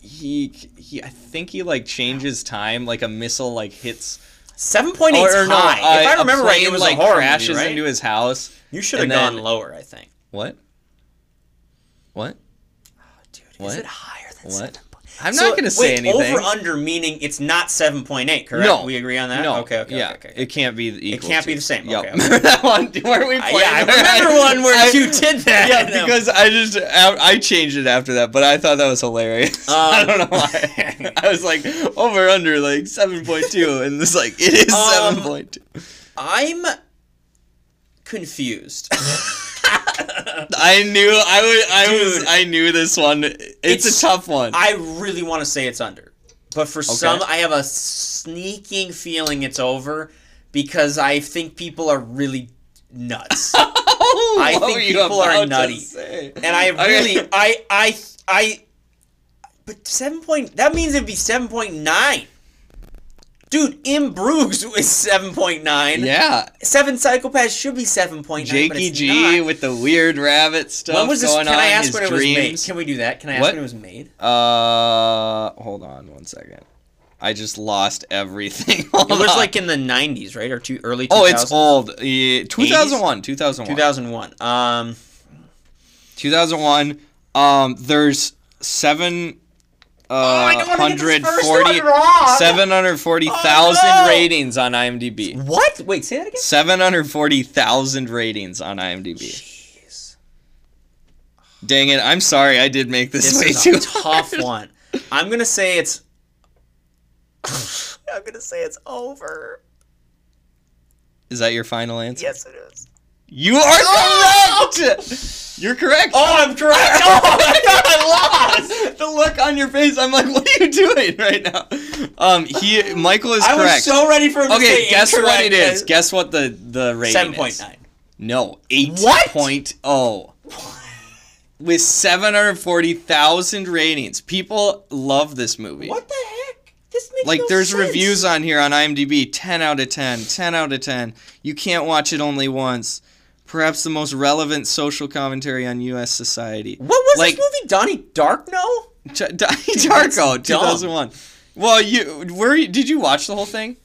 he, he, I think he like changes time. Like a missile like hits. Seven point eight Or- or no, high. if uh, I a remember right, it plane, was like a horror crashes movie, right? into his house. You should have and gone then- lower, I think. What? What? Dude, What? is it higher than What? seven? I'm not gonna say wait, anything. Over under meaning it's not seven point eight, correct? No. we agree on that. No. Okay. Okay. yeah. Okay. okay. It can't be the equal. can't to. be the same. Yep. Okay, okay. remember that one? Where we I- played? yeah, I where remember one where I- you did that. Yeah, I know. because I just I I changed it after that, but I thought that was hilarious. I Um, don't know why. I was like over under like seven point two, and it's like it is Um, seven point two. I'm confused. I knew I would. I was. Dude. I knew this one. It's, It's- a tough one. I really want to say it's under, but for some, I have a sneaking feeling it's over because I think people are really nuts. I Oh, What think were you people are about to nutty. say? and I Okay. really, I, I, I, but seven point. That means it'd be seven point nine. Dude, in Bruges is seven point nine. Yeah, Seven psychopaths should be seven point nine. but Jakey it's G Not. with the weird rabbit stuff When was this? going Can on. I ask his when it dreams. was made? Can we do that? Can I ask What? when it was made? Uh, hold on one second. I just lost everything. Hold It was on. like in the nineties, right, or two early. 2000s. oh, it's old. Yeah, 2001, 2001, 2001. Um, 2001. Um, there's seven. Uh, Oh, don't wanna get this first 140 one wrong. 740,000 Oh, no. ratings on IMDb. what? Wait, say that again. 740,000 ratings on IMDb. Jeez, Dang it. I'm sorry. I did make this, this way is too a tough hard. one. I'm gonna say it's. I'm gonna say it's over. Is that your final answer? Yes, it is. You are correct. You're correct. Oh, I'm correct. Oh, I thought I lost. the look on your face. I'm like, what are you doing right now? Um, he Michael is I was correct. so ready for him to okay, say guess what it incorrect. is. Guess what the the rating Seven is. point nine. No, eight What? point oh. With seven hundred forty thousand ratings, people love this movie. What the heck? This makes Like no there's sense. reviews on here on IMDb, 10 out of 10, 10 out of 10. You can't watch it only once. Perhaps the most relevant social commentary on U.S. society. What was like- this movie? Donnie Dark? No. Ch- Donnie Darko, dumb. 2001. Well, you were you- did you watch the whole thing?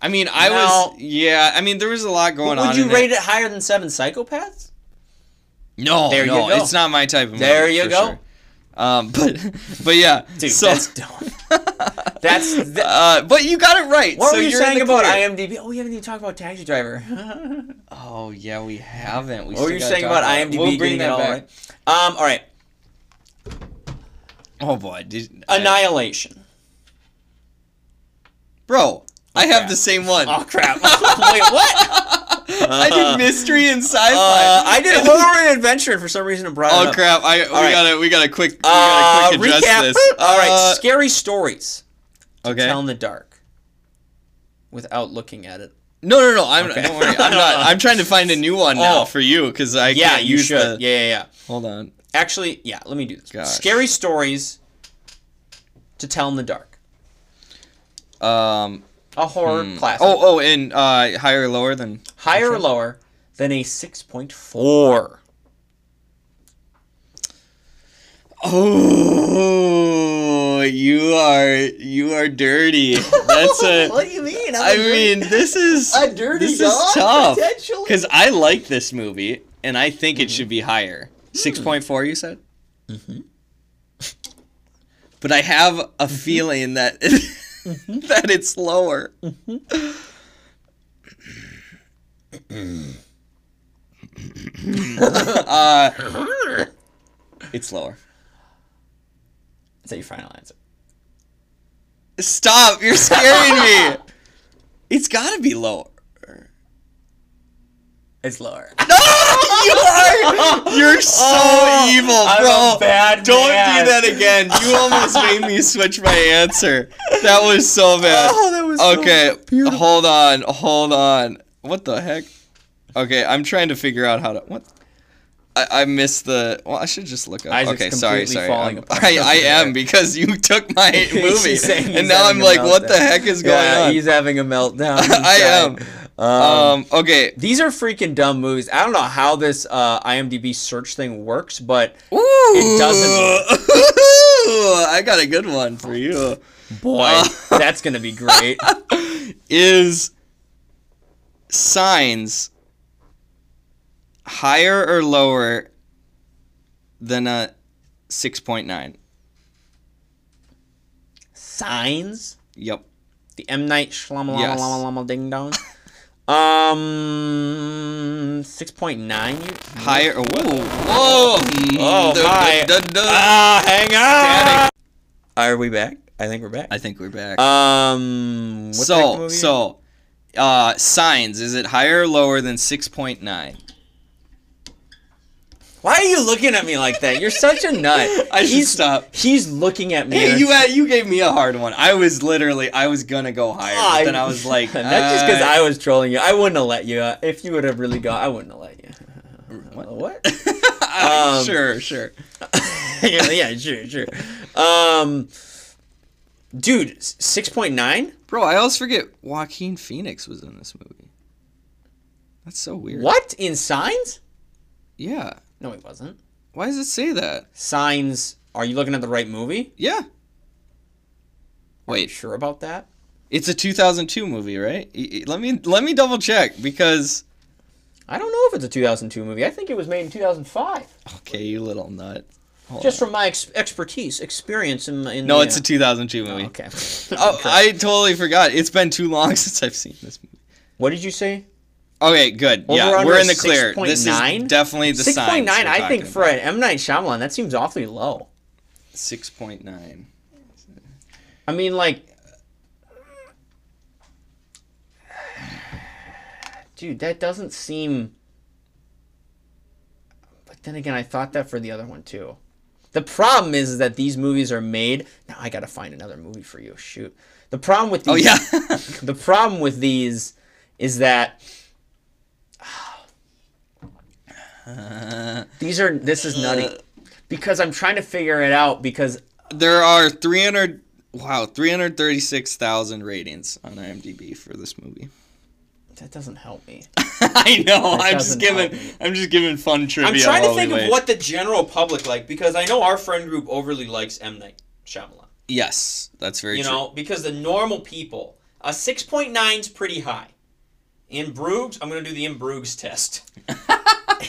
I mean, I was No. yeah. I mean, there was a lot going on. Would you in rate it. higher than Seven Psychopaths? No, There you no, go. it's not my type of movie. There you for go. sure. Um, but but yeah, Dude, so that's dumb. That's that, uh, but you got it right. what so were you you're in saying the about clear. IMDb? Oh, we haven't even talked about Taxi Driver. Oh yeah, we haven't. We what were still you gotta saying talk about it. IMDb We'll bring getting it that all back. right? Um, all right. Oh boy, did I- Annihilation. bro? I crap. have the same one. Oh crap! Wait, what? I did mystery and sci-fi. Uh, I did And- horror and adventure, and for some reason it brought it Oh up. crap! I we right. gotta we gotta quick we Uh, gotta quick address recap. this. All right, Uh, scary stories. Okay. Tell in the dark. Without looking at it. No, no, no. I'm Okay. don't worry. I'm not. I'm trying to find a new one Oh. now for you because I Yeah, can't you use the. should. Yeah, yeah, yeah. Hold on. Actually, yeah. Let me do this. Gosh. Scary stories to tell in the dark. Um. A horror classic. Oh, oh, and uh, higher or lower than higher or lower than a six point four. Oh, you are you are dirty. That's a. What do you mean? Uh, I mean, this is a dirty this dog, is tough potentially? because I like this movie and I think it should be higher. Hmm. Six point four, you said. Mm-hmm. But I have a Mm-hmm. feeling that that it's lower. Mm-hmm. uh, it's lower. is that your final answer? Stop! You're scaring me. It's gotta be lower. It's lower. No, you are. You're so Oh, evil, I'm bro. a bad Don't man. do that again. You almost made me switch my answer. That was so bad. Oh, that was okay, hold on, hold on. What the heck? Okay, I'm trying to figure out how to. What? I, I missed the. Well, I should just look up. Isaac's okay, sorry, completely sorry. falling I'm- apart I, I over there. am because you took my movie, He's saying he's and now I'm having like, a what the meltdown. heck is going yeah, on? he's having a meltdown. I am. inside. Um, Um. Okay. these are freaking dumb movies. I don't know how this uh, IMDb search thing works, but Ooh. It doesn't- I got a good one for you. boy, that's gonna be great. Is signs higher or lower than a 6.9? Signs. Yep. The M Night Shyamalan Yes. Lama Ding Dong. Um, six point nine. Higher. oh, Whoa. Whoa. Oh, Dun, hi. dun, dun, dun. Ah, hang Static. Are we back? I think we're back. I think we're back. uh, Um, what's that so, movie? so, uh, signs. Is it higher or lower than 6.9? why are you looking at me like that? You're such a nut. I should he's, stop. He's looking at me. Hey, and- you had, you gave me a hard one. I was literally I was gonna go higher, but then I was like, that's just because uh, I was trolling you. I wouldn't have let you. Uh, if you would have really gone, I wouldn't have let you. what? What? Uh, Um, sure, sure. yeah, yeah, sure, sure. Um, dude, six point nine. Bro, I always forget Joaquin Phoenix was in this movie. That's so weird. What in signs? Yeah. No, he wasn't. Why does it say that? Signs. Are you looking at the right movie? Yeah. You Wait, sure about that? it's a 2002 movie, right? Y- y- Let me let me double check because I don't know if it's a 2002 movie. I think it was made in 2005. okay, you little nut. Hold Just on. from my ex- expertise, experience in, in no, the, it's uh, a 2002 movie. Okay. Oh, I totally forgot. It's been too long since I've seen this movie. what did you say? Okay, good. Over yeah, under we're in the is clear. This is 6.9? definitely the Six point signs nine. we're I think talking for an M Night Shyamalan, that seems awfully low. about. six point nine. I mean, like, dude, that doesn't seem Then again, I thought that for the other one too. The problem is that these movies are made. Now I gotta find another movie for you. Shoot. The problem with these, Oh yeah. the problem with these is that these are this is nutty because I'm trying to figure it out because there are 300 wow 336,000 ratings on IMDb for this movie. that doesn't help me. I know. That I'm doesn't just giving help me. I'm just giving fun trivia. I'm trying to while we think of wait. what the general public like because I know our friend group overly likes M Night Shyamalan. Yes, that's very you true. know, because the normal people, a six point nine is pretty high. In Bruges, I'm going to do the in Bruges test.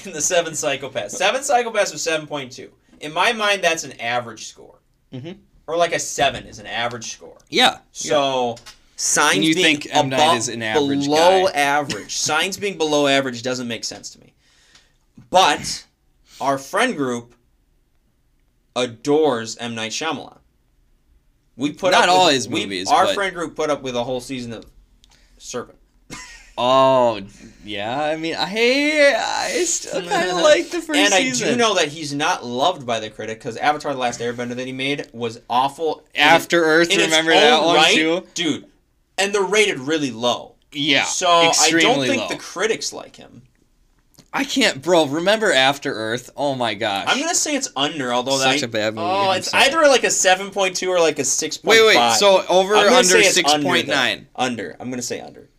in the seven psychopaths, seven psychopaths was seven point two. In my mind, that's an average score, Mhm. or like a seven is an average score. yeah. So signs And you being think M. Night above, is an average below guy. average. signs being below average doesn't make sense to me. But our friend group adores M. Night Shyamalan. We put Not up all with, his we- movies, Our but- friend group put up with a whole season of Serpent. Oh, yeah. I mean, I I still kind of like the first and I season. do know that he's not loved by the critic because Avatar: The Last Airbender that he made was awful. in After Earth, its- in its remember that own one right, too? dude. And they're rated really low. Yeah. So I don't extremely think low. the critics like him. I can't, bro. Remember After Earth? Oh my gosh. I'm gonna say it's under, although Such that's a bad movie, Oh, I'm it's sorry. either like a seven point two or like a six point wait, five. wait. So over I'm or gonna under say it's six point though. nine? Under. I'm gonna say under.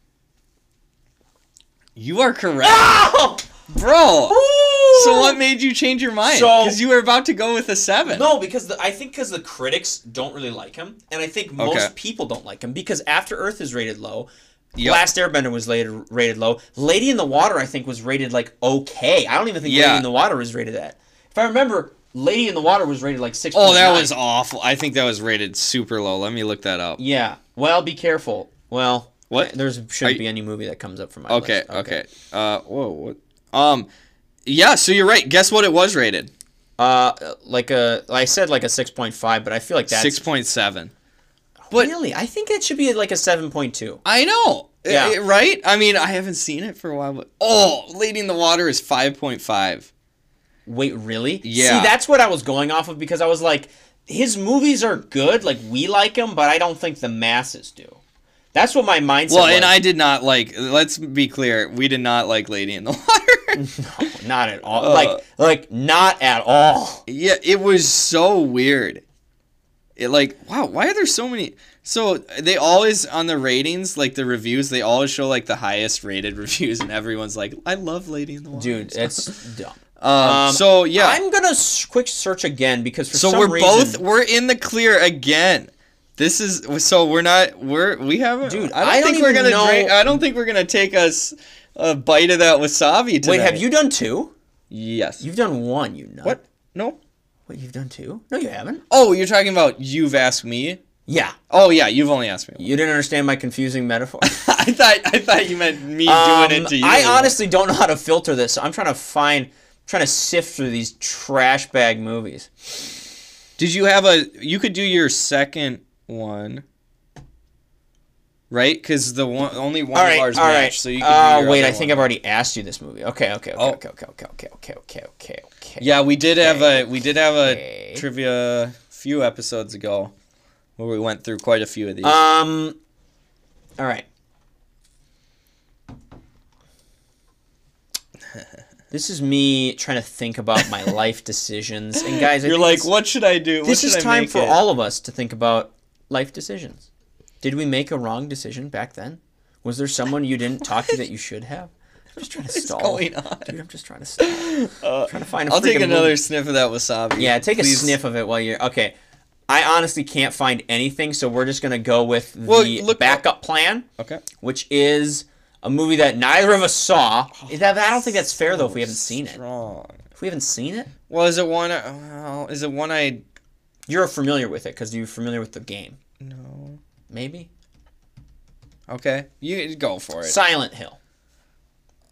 You are correct, Oh! bro. Ah! So what made you change your mind? So- Because you were about to go with a seven. No, because the, I think because the critics don't really like him, and I think most Okay. people don't like him because After Earth is rated low. Yep. Last Airbender was later rated low. Lady in the Water, I think, was rated like okay. I don't even think Lady Yeah. in the Water was rated that. If I remember, Lady in the Water was rated like six. Oh, that was awful. I think that was rated super low. Let me look that up. Yeah. Well, be careful. Well, What? There's Are shouldn't you- be any movie that comes up from my Okay, list. okay. Uh, whoa, what? Um, yeah. So you're right. Guess what? It was rated Uh, like a I said like a six point five, but I feel like that's six point seven. but really I think that should be like a seven point two. I know. Yeah. I- right? I mean, I haven't seen it for a while, but oh, Lady in the Water is 5.5. Wait, really? Yeah. See, that's what I was going off of because I was like, his movies are good, like we like him, but I don't think the masses do. That's what my mindset. Well, was. and I did not like, let's be clear, we did not like Lady in the Water. not at all. Uh. like, like not at all. yeah, it was so weird. It like, wow, why are there so many? So they always, on the ratings, like the reviews, they always show like the highest rated reviews, and everyone's like, I love Lady in the Water. Dude, that's dumb. Um, Um, so yeah. I'm gonna s- quick search again because for so some we're both reason, we're in the clear again. This is so we're not we're we haven't Dude, I don't I don't think we're even gonna know- drink. I don't think we're gonna take us a bite of that wasabi today. Wait, have you done two? Yes. You've done one. You nut. what? No. Wait, you've done two? No, you haven't. Oh, you're talking about you've asked me. Yeah. Oh yeah, you've only asked me. You didn't understand my confusing metaphor. I thought I thought you meant me doing Um, it to you. I honestly don't know how to filter this. So I'm trying to find, trying to sift through these trash bag movies. did. You have a you could do your second one. Right, because the one only one All right, of all ours right. matched, so you can. do uh, your wait, other I think one. I've already asked you this movie. Okay, okay, okay, Oh. okay, okay, okay, okay, okay, okay, okay, okay. Yeah, we did have a we did have a Okay. trivia few episodes ago where we went through quite a few of these. Um. All right. This is me trying to think about my life decisions, and guys, I You're think like, it's- what should I do? What this should is I time make for it?" all of us to think about life decisions. Did we make a wrong decision back then? Was there someone you didn't talk to that you should have? I'm just trying to stall. going on? Dude, I'm just trying to stall. I'm trying to find a I'll take freaking another movie. sniff of that wasabi. Yeah, take Please. a sniff of it while you're okay. I honestly can't find anything, so we're just gonna go with the Well, look- backup plan, Okay. which is a movie that neither of us saw. That- I don't think that's fair though. If we haven't seen it, Oh, Strong. if we haven't seen it, Well, is it one? I- Well, is it one I? you're familiar with it because you're familiar with the game. No. Maybe Okay. You go for it. Silent Hill.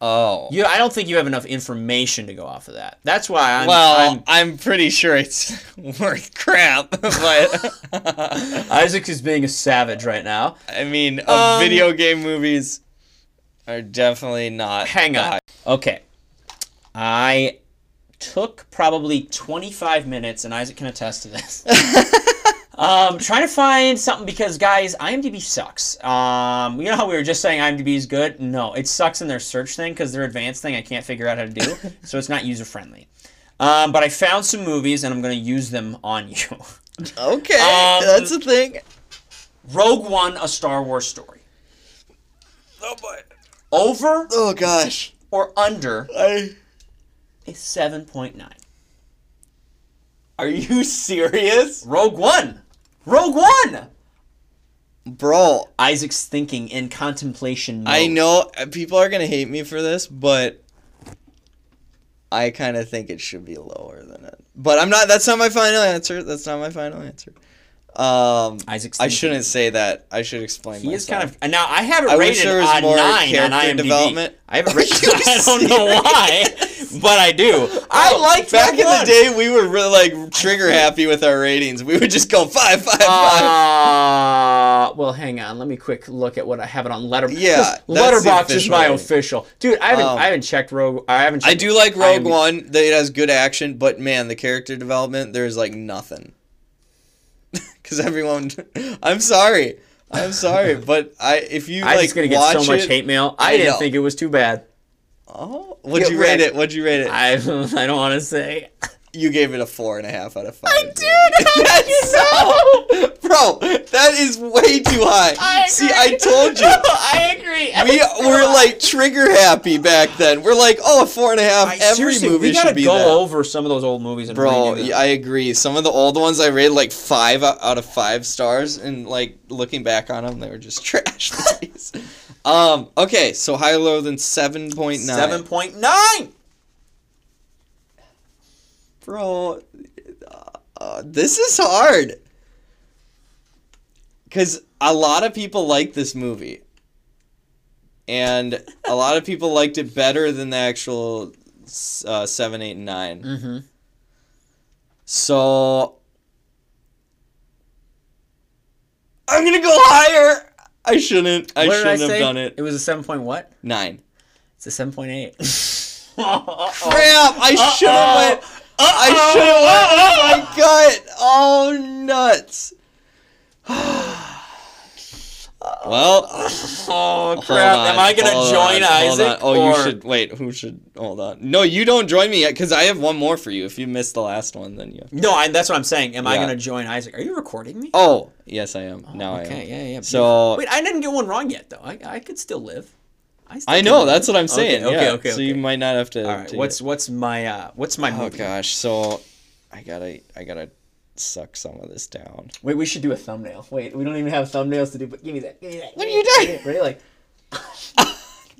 oh. You, I don't think you have enough information to go off of that. That's why I'm. well, I'm, I'm, pretty sure it's worth crap, but Isaac is being a savage right now. I mean, of Um, video game movies are definitely not. Hang on. Okay, I took probably 25 minutes, and Isaac can attest to this. um, trying to find something because, guys, IMDb sucks. Um, you know how we were just saying IMDb is good? No, it sucks in their search thing because their advanced thing I can't figure out how to do, so it's not user friendly. Um, but I found some movies, and I'm going to use them on you. Okay, Um, that's a thing. Rogue One, a Star Wars story. Oh boy. Over Oh gosh. or under I. is 7.9. Are you serious, Rogue One! Rogue One! bro? Isaac's thinking in contemplation mode. I know uh, people are gonna hate me for this, but I kind of think it should be lower than it. But I'm not. That's not my final answer. That's not my final answer. Um, Isaac's I thinking. shouldn't say that. I should explain. He is myself. kind of and now. I have it I wish rated there was on more nine on character IMDb. development. I have it rated. you I don't know why, but I do. Oh, I like Back in the day, we were really like trigger happy with our ratings. We would just go five, five, five. Uh, well, hang on. Let me quick look at what I have it on Letterboxd. Yeah, that's the Letterboxd is official my rating. official. Dude, I haven't, Um, I haven't checked Rogue. I haven't. Checked I do like Rogue IMDb. One. That it has good action, but man, the character development there's like nothing. Because everyone, I'm sorry, I'm sorry, but I if you I'm like just gonna get watch so much it, hate mail. I, I didn't know. think it was too bad. Oh, what'd Yeah, you rate right. it? What'd you rate it? I I don't want to say. you gave it a four and a half out of five. I did. That's so, bro. That is way too high. See, I told you. I agree. We were like trigger happy back then. We're like, oh, a four and a half. I- Every seriously, movie we gotta should be go that. over some of those old movies and Bro, redo them. yeah, I agree. Some of the old ones I rated like five o- out of five stars, and like looking back on them, they were just trash. movies. um. Okay, so higher low than seven point nine. Seven point nine. Bro, uh, this is hard. Cause a lot of people like this movie, and a lot of people liked it better than the actual s- uh, seven, eight, and nine. Mm-hmm. So I'm gonna go higher. I shouldn't. I what shouldn't did I have say? done it. It was a seven point what? Nine. It's a seven point eight. Oh, Crap! I should have went. I should have went. Oh my god! Oh nuts! well, Oh hold crap! on, Am I gonna hold join on, hold Isaac? on. Oh, or... you should wait. Who should? Hold on. No, you don't join me yet because I have one more for you. If you missed the last one, then you. No, I, that's what I'm saying. Am I Yeah. gonna join Isaac? Are you recording me? Oh yes, I am. now I am. okay, yeah, yeah. So Wait, I didn't get one wrong yet, though. I, I could still live. still I could know live. that's what I'm Okay, saying. okay, yeah. okay, So you okay. might not have to. All right. to- What's what's my uh what's my Oh movie? gosh. So I gotta I gotta suck some of this down. Wait, we should do a thumbnail. Wait, we don't even have thumbnails to do. But give me that. Give me that. give What are me you that, doing? give me that, Right, like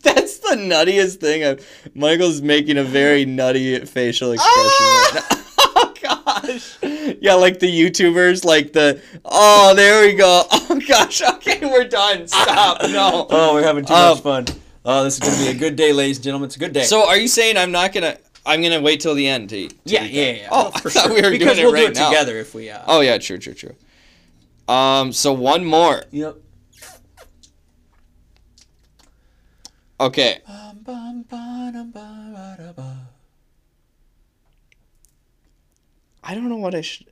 That's the nuttiest thing. I've, Michael's making a very nutty facial expression. Ah! right now. Oh gosh. Yeah, like the YouTubers, like the oh, there we go. Oh gosh. Okay, we're done. Stop. No. Oh, we're having too Uh, much fun. Oh, this is gonna be a good day, ladies and gentlemen. It's a good day. So are you saying I'm not gonna? I'm gonna wait till the end to. to yeah, eat yeah, that? yeah. Oh, I thought we were because doing it we'll do right it now. together if we. Uh, Oh yeah, true, true, true. Um, so one more. Yep. Okay. I don't know what I should.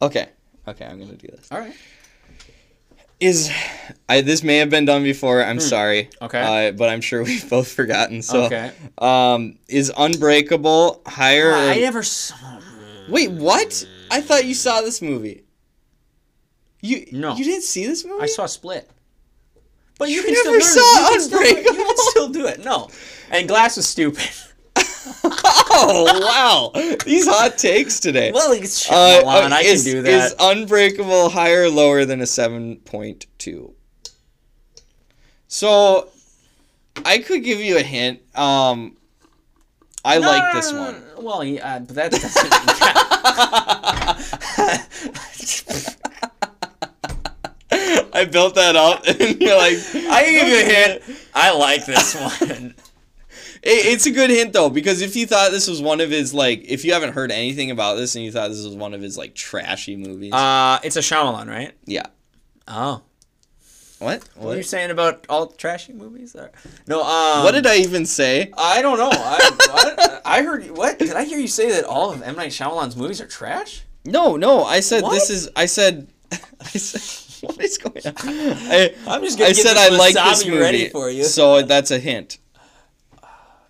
Okay. Okay, I'm gonna do this. all right. Is Hmm. I this may have been done before. I'm sorry. Okay. Uh, but I'm sure we've both forgotten. So. Okay. Um, is Unbreakable higher? or- I never saw. Wait, what? I thought you saw this movie. You No. You didn't see this movie. I saw Split. But you, You can never still learn. saw you can still, do it. you can Unbreakable. still do it. No, and Glass was stupid. Oh wow! These hot takes today. well, it's Uh, Shyamalan. uh, I is, can do that. Is Unbreakable higher or lower than a 7.2? So, I could give you a hint. Um, I No, like no, this no, no, one. no. Uh, Well, yeah, but that doesn't. I built that up, and you're like, I can give you a hint. I like this one. It, it's a good hint though, because if you thought this was one of his like, if you haven't heard anything about this, and you thought this was one of his like trashy movies, Uh, it's a Shyamalan, right? yeah. Oh. What? What are you What? saying about all trashy movies? Or- No, um, What did I even say? I don't know. I, I, I heard you- what? Did I hear you say that all of M Night Shyamalan's movies are trash? No, no. I said What? this is. I said. I said. What is going on? I, I'm just gonna I get said this I like this wasabi movie. ready for you. So that's a hint.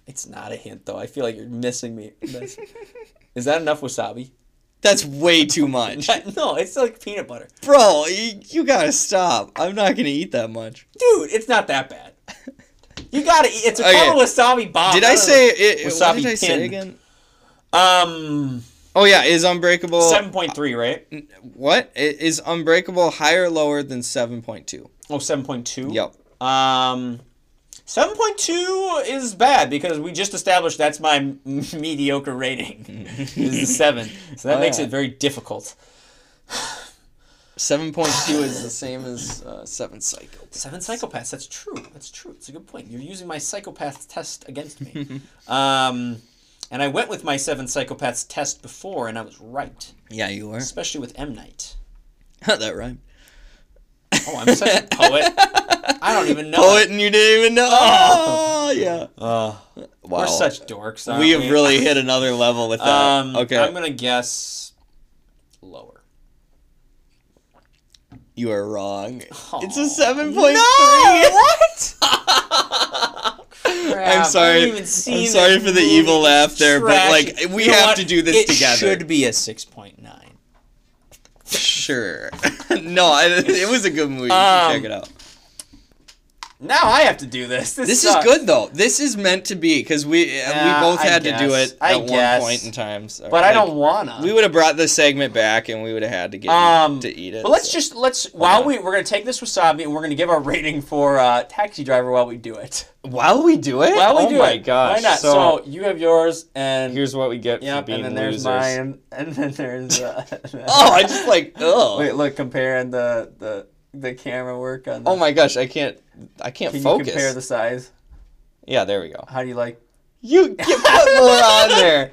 It's not a hint though. I feel like you're missing me. That's- Is that enough wasabi? That's way too much, No, it's like peanut butter. bro. You, you gotta stop. I'm not gonna eat that much. Dude, it's not that bad. You gotta eat. It's a Okay. called wasabi bomb. Did I don't say it? it- what Wasabi did I pin. say again? know. Um, Oh yeah, is Unbreakable seven point three, right? Mm. what? I- Is Unbreakable higher or lower than seven point two? Oh, 7.2? Yep. Um, 7.2 is bad because we just established that's my m- mediocre rating. is a 7. So that Mm. Oh, makes yeah. it very difficult. Seven point two is the same as uh, Seven Cycle. Seven psychopaths. That's true. That's true. It's a good point. You're using my psychopath test against me. um, and I went with my seven psychopaths test before, and I was right, Yeah, you were. especially with M Night. that rhymed. Oh, I'm such a poet. I don't even know. Poet, and you didn't even know. Oh, yeah. Uh, Wow. We're such dorks. aren't we have really hit another level with that. Um, okay, I'm gonna guess lower. you are wrong. It's Aw. a seven point three. I'm sorry. I'm sorry for the evil laugh there, but, like, we have to do this it together. Should be a six point nine. Sure. no, I, it was a good movie. You Um, should check it out. Now I have to do this. This, This sucks. is good though. This is meant to be because we Yeah, we both I had to do guess. it I at guess. one point in time. so, but I like, don't wanna. We would have brought this segment back, and we would have had to get um, you to eat it. But let's so. just let's while Okay. we we're gonna take this wasabi and we're gonna give our rating for uh, Taxi Driver while we do it. while we do it. While we oh do my it, gosh! why not? So, So, you have yours and here's what we get yep, for being and then there's losers. mine, and then there's uh, Oh, I just like oh. Wait, look, comparing the the the camera work on. The, Oh my gosh! I can't. I can't Can focus. you compare the size? yeah, there we go. How do you like? You get put more on there.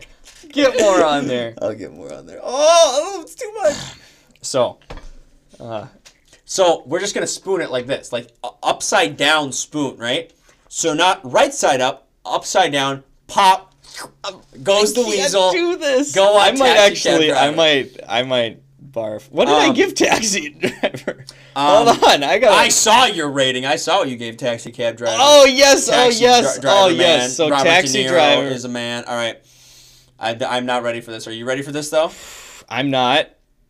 Get more on there. I'll get more on there. Oh, it's too much. So, uh, So we're just gonna spoon it like this, like u- upside down spoon, right? So not right side up, upside down. Pop um, goes the I can't weasel. Do this. Go on I might Taxi Cab actually. I Driver. might. I might barf. What did I Um, give taxi driver? um, Hold on. I got. I saw your rating. I saw what you gave Taxi Cab Driver. Oh yes! Taxi oh yes! Dri- Driver oh Man, yes! So Robert De taxi Niro driver. is a man. All right. I, I'm not ready for this. Are you ready for this though? I'm not.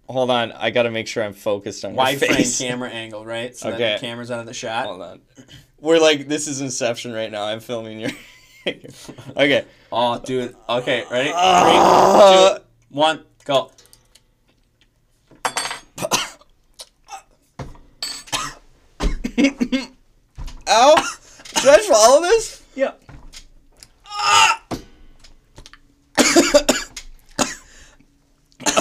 Hold on. I got to make sure I'm focused on your Wideframe face. camera angle, right? So that Okay. the camera's out of the shot. Hold on. We're like this is Inception right now. I'm filming your. okay. Oh, dude. Okay, ready? Three, Uh, two, one, go. ow! Did I swallow this? Yeah.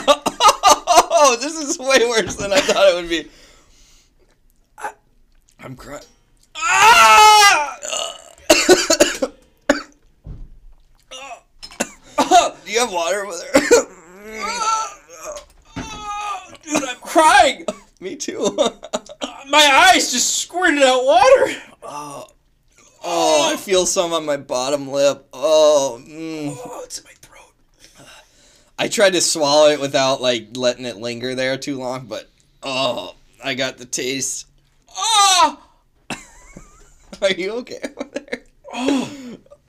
Oh, this is way worse than I thought it would be. I, I'm crying. Do you have water over there? Dude, I'm crying. Me too. My eyes just squirted out water. oh, I feel some on my bottom lip. Oh, mm. Oh, it's in my throat. I tried to swallow it without like letting it linger there too long, but oh, I got the taste. Oh, Are you okay over there? Oh.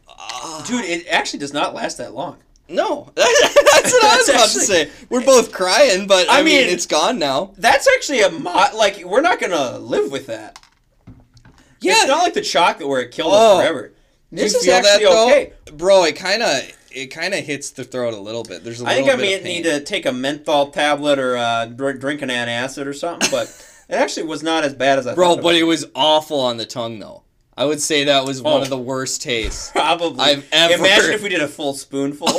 Ah. dude, it actually does not last that long. No, that's what I was That's about actually- to say. We're both crying, but I I, mean, mean- it's gone now. That's actually a mod. Like, we're not gonna live with that. Yeah, it's Yeah. not like the chocolate where it killed Oh. us forever. Do This you is feel actually that, though? okay. bro. It kind of it kind of hits the throat a little bit. There's a I little think bit I may of pain. need to take a menthol tablet or uh, dr- drink an antacid or something, but it actually was not as bad as I bro, thought. but it it was awful on the tongue though. I would say that was one Oh. of the worst tastes. probably. I've ever- Imagine if we did a full spoonful,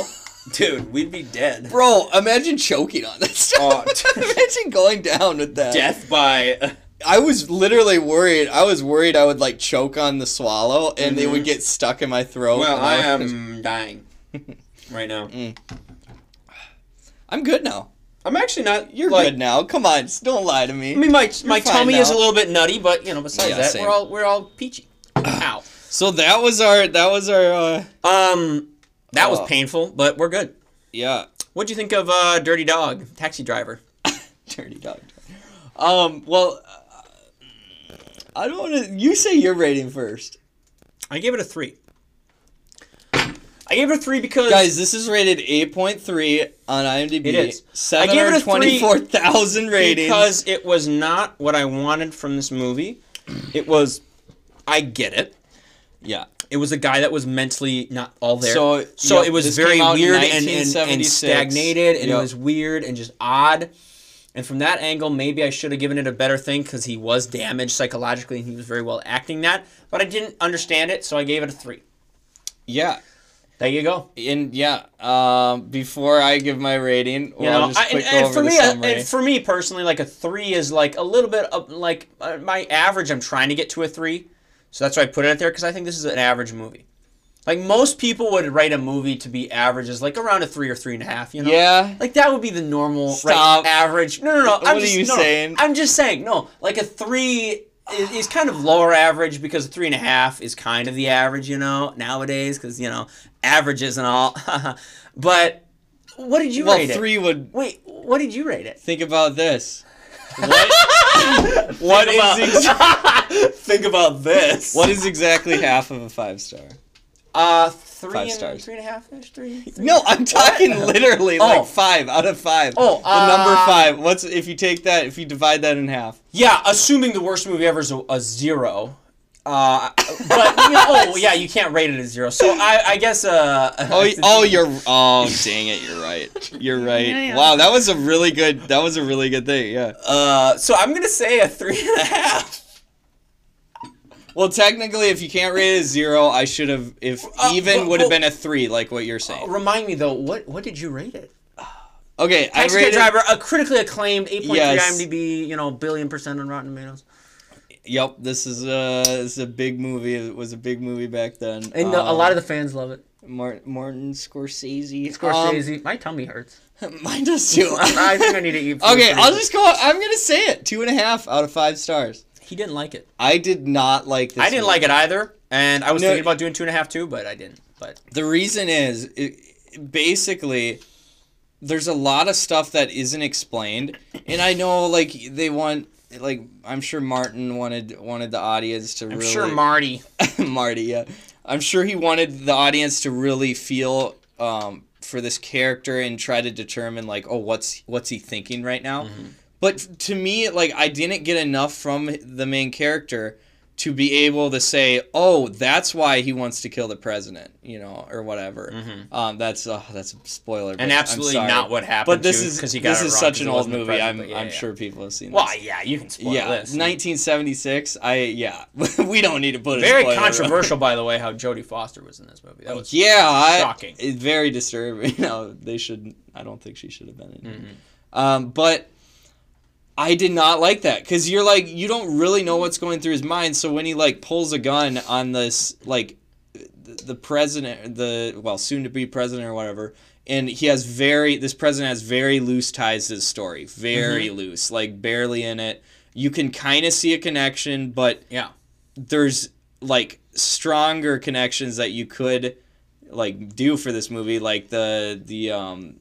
dude, we'd be dead. Bro, imagine choking on that stuff. Oh, dude. imagine going down with that. Death by uh, I was literally worried. I was worried I would like choke on the swallow and it would get stuck in my throat. Mm-hmm. well, and I was- Mm. am dying right now. I'm good now. I'm actually not. You're like, good now. Come on, s- don't lie to I me. mean, my fine my tummy is a now. little bit nutty, but you know, besides Yeah, that, same. we're all we're all peachy. Ow. So that was our that was our uh, Um, that was Oh. painful, but we're good. yeah What'd you think of uh, Dirty Dog, Taxi Driver? dirty dog. Um. Well, uh, I don't want to. You say your rating first, I gave it a three. I gave it a three because guys. This is rated eight point three on IMDb. It is. I Seven gave it a hundred three twenty-four thousand ratings. because it was not what I wanted from this movie. It was, I get it. yeah. It was a guy that was mentally not all there. So, so yep, it was this very came out in weird and, and, and 1976. stagnated, and it Yep. was weird and just odd. And from that angle, maybe I should have given it a better thing because he was damaged psychologically and he was very well acting that. But I didn't understand it, so I gave it a three. Yeah. There you go. And yeah, um, before I give my rating, You well, I'll know, just I, and, quick go and over for the me, summary. and for me personally, like a three is like a little bit of like uh, my average. I'm trying to get to a three, so that's why I put it there because I think this is an average movie. Like most people would rate a movie to be average as like around a three or three and a half. You know, yeah, Like that would be the normal Stop. right, average. No, no, no. What I'm are just, you no, no. saying? I'm just saying. No, like a three is, is kind of lower average because a three and a half is kind of the average, you know, nowadays because you know averages and all. but what did you well, rate it? three would Wait, what did you rate it? think about this. What is ex- think about this. what is exactly half of a five star? Uh, three Five and, stars. three and a half ish, three. three? No, I'm talking literally Oh. like five out of five. Oh, the number uh, five. What's if you take that? If you divide that in half, Yeah, assuming the worst movie ever is a, a zero. Uh, but you know, oh yeah, you can't rate it a zero. So I, I guess uh. Oh, y- oh, you're. Oh, dang it! You're right. You're right. Wow, that was a really good. That was a really good thing. Yeah. Uh, so I'm gonna say a three and a half. Well, technically, if you can't rate it a zero, I should have. If Uh, even well, would have well- been a three, like what you're saying. Remind me though, what what did you rate it? Okay, I Taxi rated. Driver, a critically acclaimed, eight point three Yes. IMDb, you know, billion percent on Rotten Tomatoes. Yep, this is a this is a big movie. It was a big movie back then. And the, a lot of the fans love it. the Martin, Martin Scorsese. Scorsese, my tummy hurts. Um, mine does too. I think I need to eat. food okay, pretty I'll soon. just go. I'm gonna say it. Two and a half out of five stars. He didn't like it. I did not like this. I didn't like it either, and I was No, thinking about doing two and a half too, but I didn't. But The reason is it, basically there's a lot of stuff that isn't explained, and I know like they want like I'm sure Martin wanted wanted the audience to I'm really sure Marty. Marty, yeah. I'm sure he wanted the audience to really feel um, for this character and try to determine like, oh, what's what's he thinking right now? Mm-hmm. But f- to me, like I didn't get enough from the main character to be able to say, oh, that's why he wants to kill the president, you know, or whatever. Um, that's uh, that's a spoiler. but I'm Mm-hmm. And absolutely sorry. not what happened. But this to, is 'cause he got this it is wrong such 'cause an he old wasn't the movie. president, I'm but yeah, I'm yeah. sure people have seen. Well, this. yeah, you can spoil Yeah, this. 1976. I yeah, we don't need to put a Very spoiler on. controversial, by the way, how Jodie Foster was in this movie. That was Um, Yeah, I, Shocking. It's very disturbing. No, they should. I don't think she should have been in. it. Um, but I did not like that because you're like you don't really know what's going through his mind. So when he like pulls a gun on this like th- the president, the well soon to be president or whatever, and he has very this president has very loose ties to the story, very Mm-hmm. loose, like barely in it. You can kind of see a connection, but yeah. there's like stronger connections that you could like do for this movie like the the um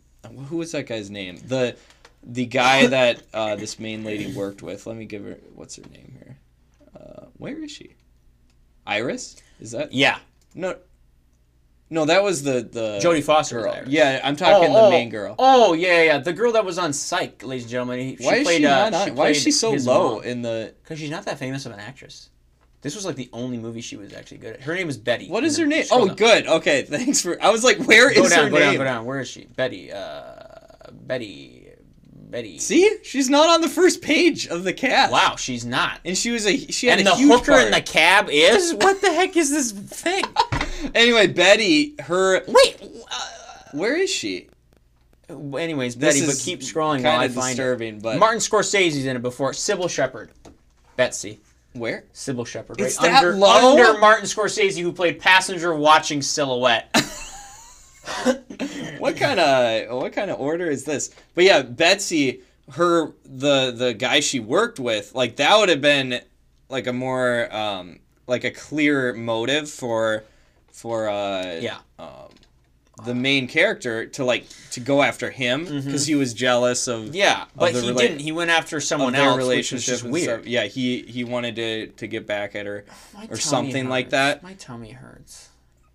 who was that guy's name the the guy that uh, this main lady worked with let me give her what's her name here uh, where is she iris is that Yeah. no no that was the the Jodie Foster was girl Irish. yeah i'm talking the main girl Oh yeah, yeah, the girl that was on Psych, ladies and gentlemen. He- She why is played, she not uh, on why is played she so his low mom. in the Because she's not that famous of an actress. This was like the only movie she was actually good at. Her name is Betty. what And is then her name scroll oh down. good okay thanks for i was like where is Go down, her go name down, go down. Where is she? Betty. Uh, Betty. Betty. See, she's not on the first page of the cast. Wow, she's not. And she was a she had And a the huge hooker part. in the cab is what the heck is this thing? Anyway, Betty, her Wait. where is she? uh, anyways, This Betty, but is keep scrolling while I Kind of find it. disturbing, but Martin Scorsese's in it before. Sybil Shepherd. Betsy. where? Sybil Shepherd. It's right? that under, low? under Martin Scorsese, who played Passenger Watching Silhouette. what kind of what kind of order is this? But yeah, Betsy, her the the guy she worked with, like that would have been like a more um like a clear motive for for uh Yeah. the main character to like to go after him because he was jealous of Mm-hmm. Yeah, but the he rela- didn't. He went after of someone their else, which was relationship just and weird. stuff. Yeah, he he wanted to to get back at her My or tummy something like hurts. that. My tummy hurts.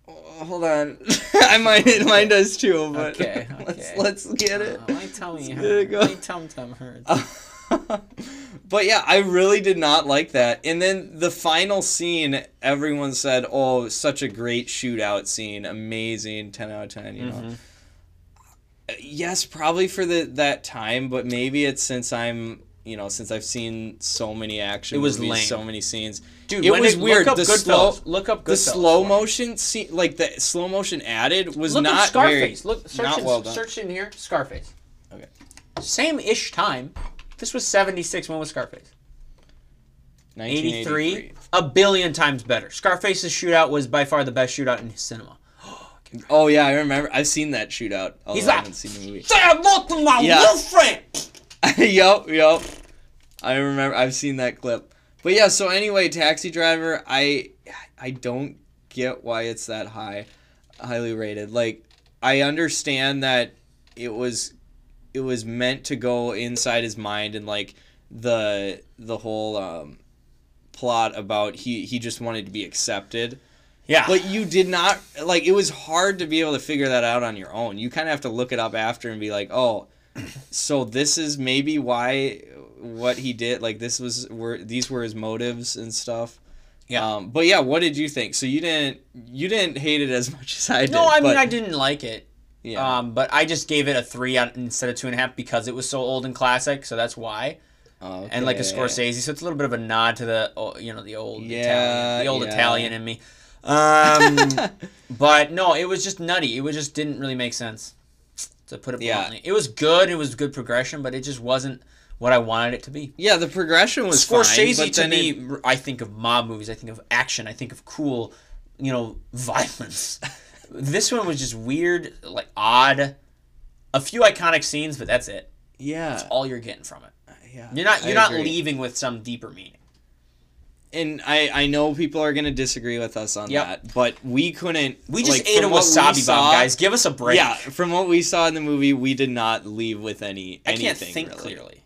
Oh, hold on, I might mine does too, but Okay, okay. let's let's get it. Uh, my tummy get it hurts. going. My tum tum hurts. but yeah, I really did not like that. And then the final scene, everyone said, "Oh, such a great shootout scene, amazing, ten out of ten, You know. Uh, Mm-hmm. Yes, probably for the that time, but maybe it's since I'm, you know, since I've seen so many action. It was movies, lame. so many scenes. Dude, it when was it- weird. Look up the Goodfellas. slow, look up the Goodfellas slow for me. motion scene, like the slow motion added, was Look not up Scarface. very look, search, not in, well done. search in here. Scarface. Okay. Same ish time. This was seventy six. When was Scarface? 83. 1983. A billion times better. Scarface's shootout was by far the best shootout in cinema. Oh yeah, I remember. I've seen that shootout. although He's I like, haven't seen the movie. Say hello to my Yeah. little friend. yep, yep. I remember. I've seen that clip. But yeah. So anyway, Taxi Driver. I I don't get why it's that high, highly rated. Like I understand that it was it was meant to go inside his mind and like the the whole um, plot about he he just wanted to be accepted. Yeah. But you did not like it was hard to be able to figure that out on your own. You kind of have to look it up after and be like, "Oh, so this is maybe why what he did, like this was were these were his motives and stuff." Yeah. Um, but yeah, what did you think? So you didn't you didn't hate it as much as I did. no, I mean but- I didn't like it. Yeah. Um, but I just gave it a three out instead of two and a half because it was so old and classic. So that's why. and like a Oh, Okay. Scorsese, so it's a little bit of a nod to the oh, you know the old Yeah, Italian, the old yeah. Italian in me. Um, but no, it was just nutty. It was just didn't really make sense. To put it Yeah. bluntly, it was good. It was good progression, but it just wasn't what I wanted it to be. Yeah, the progression was Scorsese fine, but to then me, it- r- I think of mob movies. I think of action. I think of cool, you know, violence. this one was just weird, like odd. A few iconic scenes, but that's it. yeah, All you're getting from it. yeah. You're not. I You're not agree. leaving with some deeper meaning. and I, I know people are gonna disagree with us on Yep. that, but we couldn't. We just like, ate a from what we wasabi bomb, saw- guys. Give us a break. Yeah, from what we saw in the movie, we did not leave with any I anything. can't think really. clearly.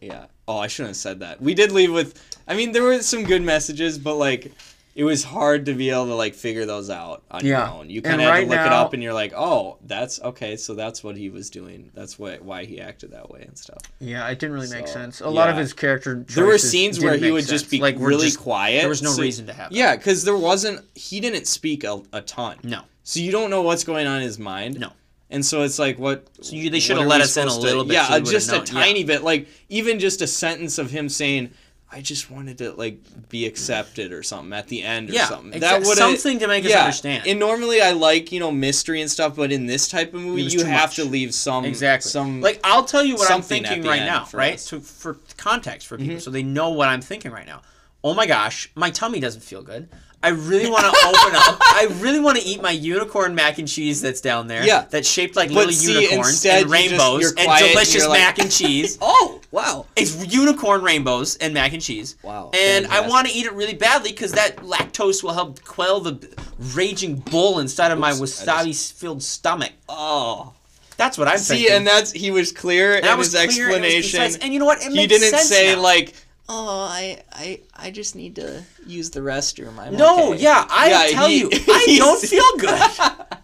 Yeah. Oh, I shouldn't have said that. We did leave with. I mean, there were some good messages, but like, it was hard to be able to like figure those out on Yeah. your own. You And kind of had to right look it now- up, and you're like, oh, that's okay. So that's what he was doing. That's why why he acted that way and stuff. Yeah, it didn't really make So, sense. A lot of yeah. his character. There were scenes where he would just be really quiet. There was no so- reason to have. it. Yeah, because there wasn't. He didn't speak a, a ton. No. So you don't know what's going on in his mind. No. And so it's like what. So you- they what should have are let we us in a supposed to- little bit Yeah, so we uh, would've just known, a yeah. tiny bit, like even just a sentence of him saying, "I just wanted to like be accepted" or something at the end or Yeah, something. exa- would've- something to make us understand. And normally I like you know mystery and stuff, but in this type of movie, was you too have much. to leave some Exactly. Some like I'll tell you what I'm something at thinking the right end now, for right? us. Mm-hmm. So for context for people, so they know what I'm thinking right now. Oh my gosh, my tummy doesn't feel good. I really want to open up. I really want to eat my unicorn mac and cheese that's down there. Yeah. That's shaped like But little see, unicorns instead and you just- rainbows you're and quiet and delicious you're like- mac and cheese. oh wow. It's unicorn rainbows and mac and cheese. Wow, And I fantastic. want to eat it really badly because that lactose will help quell the b- raging bull inside of my Oops, I wasabi-filled stomach. Oh. That's what I'm See, thinking. and that's he was clear in that was his clear, it was explanation. concise, and you know what? It he makes didn't sense say now. like, "Oh, I, I, I just need to use the restroom." I'm No, okay." yeah, I Yeah, tell he- you, I he's- don't feel good.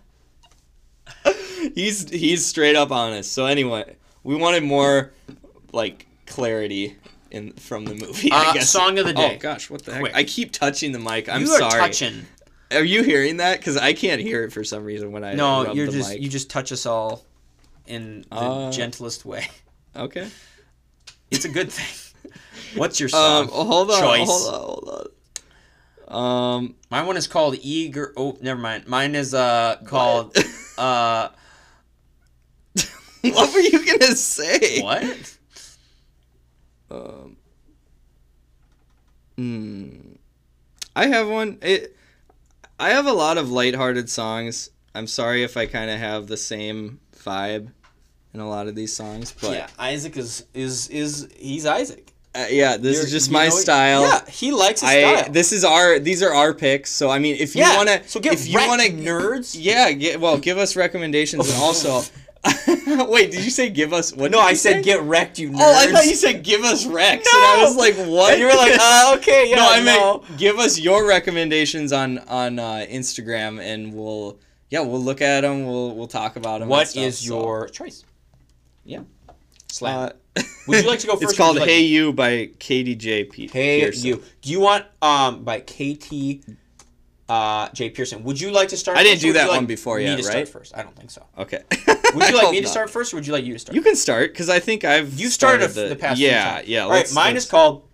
He's he's straight up honest. So anyway, we wanted more like clarity in from the movie. I Uh, guess. song of the day. Oh gosh, what the Quick. heck? I keep touching the mic. I'm you are sorry. touching. Are you hearing that? Because I can't hear it for some reason when I No, rub you're the just mic. you just touch us all in the Uh, gentlest way. okay. It's a good thing. What's your song? Um, hold on, Choice. hold on, hold on. Um, My one is called Eager. Oh, never mind. Mine is uh called uh what were you gonna say? what? Um, Hmm. mm, I have one. It. I have a lot of lighthearted songs. I'm sorry if I kind of have the same vibe in a lot of these songs, but yeah, Isaac is is is he's Isaac. uh, yeah this You're- is just you my know- style. Yeah, he likes his I style. this is our these are our picks. So I mean, if you yeah. wanna, so get if you wrecked, wanna, nerds. yeah, get, well, give us recommendations and also. Wait, did you say give us? What No, did I you say? said get wrecked, you nerds. Oh, I thought you said give us Rex, and I No! was like, what? And you were like, uh, okay, yeah, no, I no. meant give us your recommendations on on uh, Instagram, and we'll yeah, we'll look at them. We'll we'll talk about them. What is your choice? Yeah. Uh, Slap. Would you like to go first, It's or called would you like- Hey You by Katie J. P. Hey Pearson. you. Do you want um by KT uh J Pearson? Would you like to start? I didn't first, do or would that you like one before me yet, to right? Start first, I don't think so. Okay. Would I you like hope me to not. start first, or would you like you to start? You can start because I think I've You started, the, the past. few Yeah, times. yeah. All right, mine is called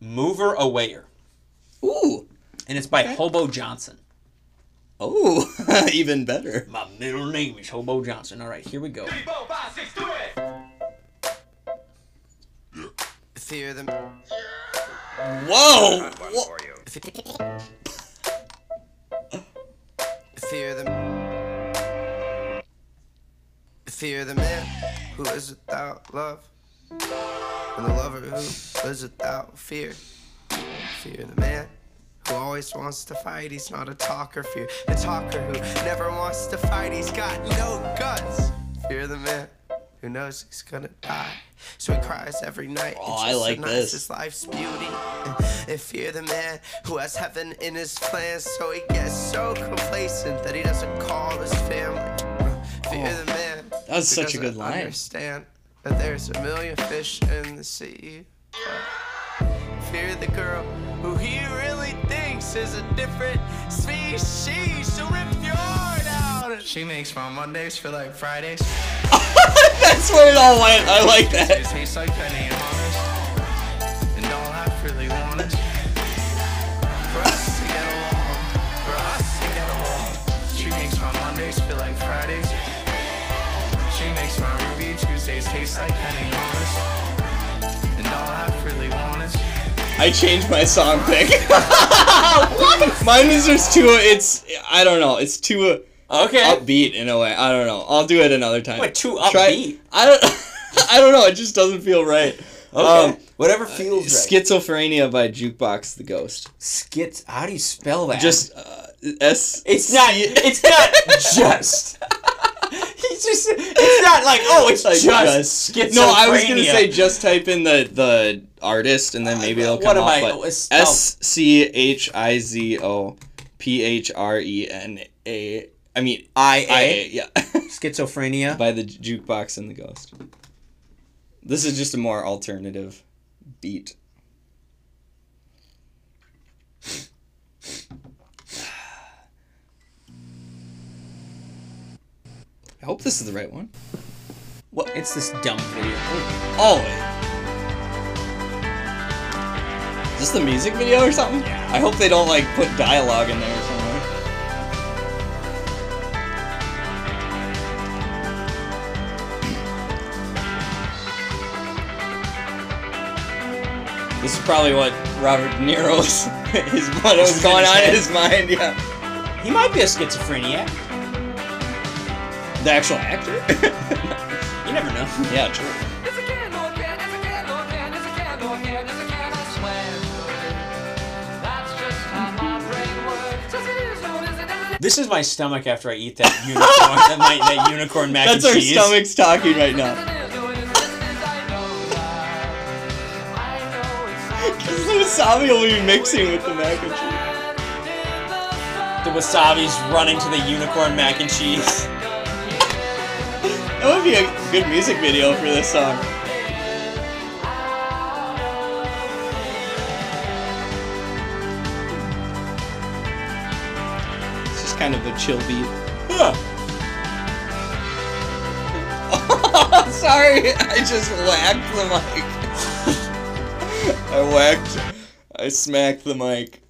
Mover Awayer, ooh and it's by Hobo Johnson. oh even better. My middle name is Hobo Johnson. All right, here we go. Fear them. Whoa. Fear them. Fear the man who lives without love, and the lover who lives without fear. Fear the man who always wants to fight. He's not a talker. Fear the talker who never wants to fight. He's got no guts. Fear the man who knows he's gonna die. So he cries every night. Oh, and I just like denies this. his life's beauty. And fear the man who has heaven in his plans. So he gets so complacent that he doesn't call his family. Fear the man. That was who Oh. such a doesn't good line. Understand that there's a million fish in the sea fear the girl who he really thinks is a different species. So rip yours out. She makes my Mondays feel like Fridays. That's where it all went. I like that. It tastes like penny honest. And all I really want is for us to get along. For us to get along. She makes my Mondays feel like Fridays. She makes my Ruby Tuesdays taste like penny honest. And all I really want is. I changed my song pick. Mine is just too. It's I don't know. It's too Okay. upbeat in a way. I don't know. I'll do it another time. Wait, too upbeat? I don't. I don't know. It just doesn't feel right. okay. Um, Whatever feels right. Schizophrenia by Jukebox the Ghost. Skits. How do you spell that? Just uh, S. It's not. It's not just. He's just. It's not like oh, it's Like, just, schizophrenia. No, I was gonna say just type in the the artist and then maybe it'll Uh, what come am I- up. oh, it's- but S C H I Z O P H R E N A. I mean I I A A. Yeah, schizophrenia. by the ju- jukebox and the ghost. This is just a more alternative beat. I hope this is the right one. What? It's this dumb video. Always. Is this the music video or something? Yeah. I hope they don't like put dialogue in there or something. This is probably what Robert De Niro's his what was going on in his mind. Yeah, He might be a schizophreniac. the actual actor. You never know. yeah, true. There's a candle again, there's a candle again, there's a candle again, there's a candle, I swear to it. That's just how my brain works. Just it is, no, it isn't, isn't it? This is my stomach after I eat that unicorn. that, my, that unicorn mac That's and our cheese. stomachs talking right Yes, now. it is, no, it isn't, isn't it? I know that. I know it sounds Because Wasabi will be mixing with the mac and cheese. bad The in the wasabi's running to the unicorn mac and cheese. That would be a good music video for this song. It's just kind of a chill beat. Sorry, I just whacked the mic. I whacked, I smacked the mic.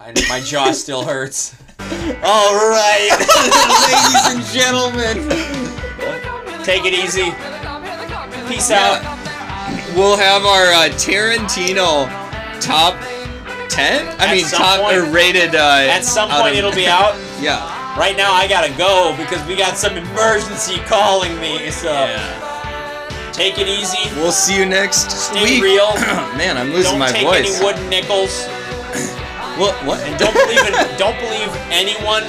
I know, my jaw still hurts. All right, ladies and gentlemen, Take it easy. Peace out. we'll have our uh, Tarantino top ten? I At mean, some top point- or rated. Uh, At some out point, of- it'll be out. Yeah. Right now, I gotta go because we got some emergency calling me. So Yeah. take it easy. We'll see you next Stay week. real. Man, I'm losing Don't my take voice. any wooden nickels. what? What? And don't believe in, don't believe anyone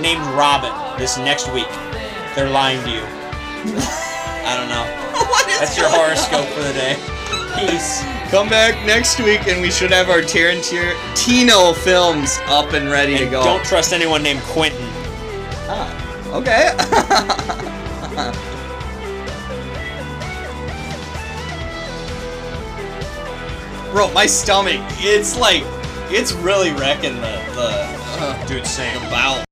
named Robin this next week. They're lying to you. I don't know. what is That's your going on? horoscope for the day. Peace. Come back next week, and we should have our Tarantino films up and ready to And go. don't trust anyone named Quentin. Ah, Okay. Bro, my stomach, it's like, it's really wrecking the, the, Dude, same. the bowel.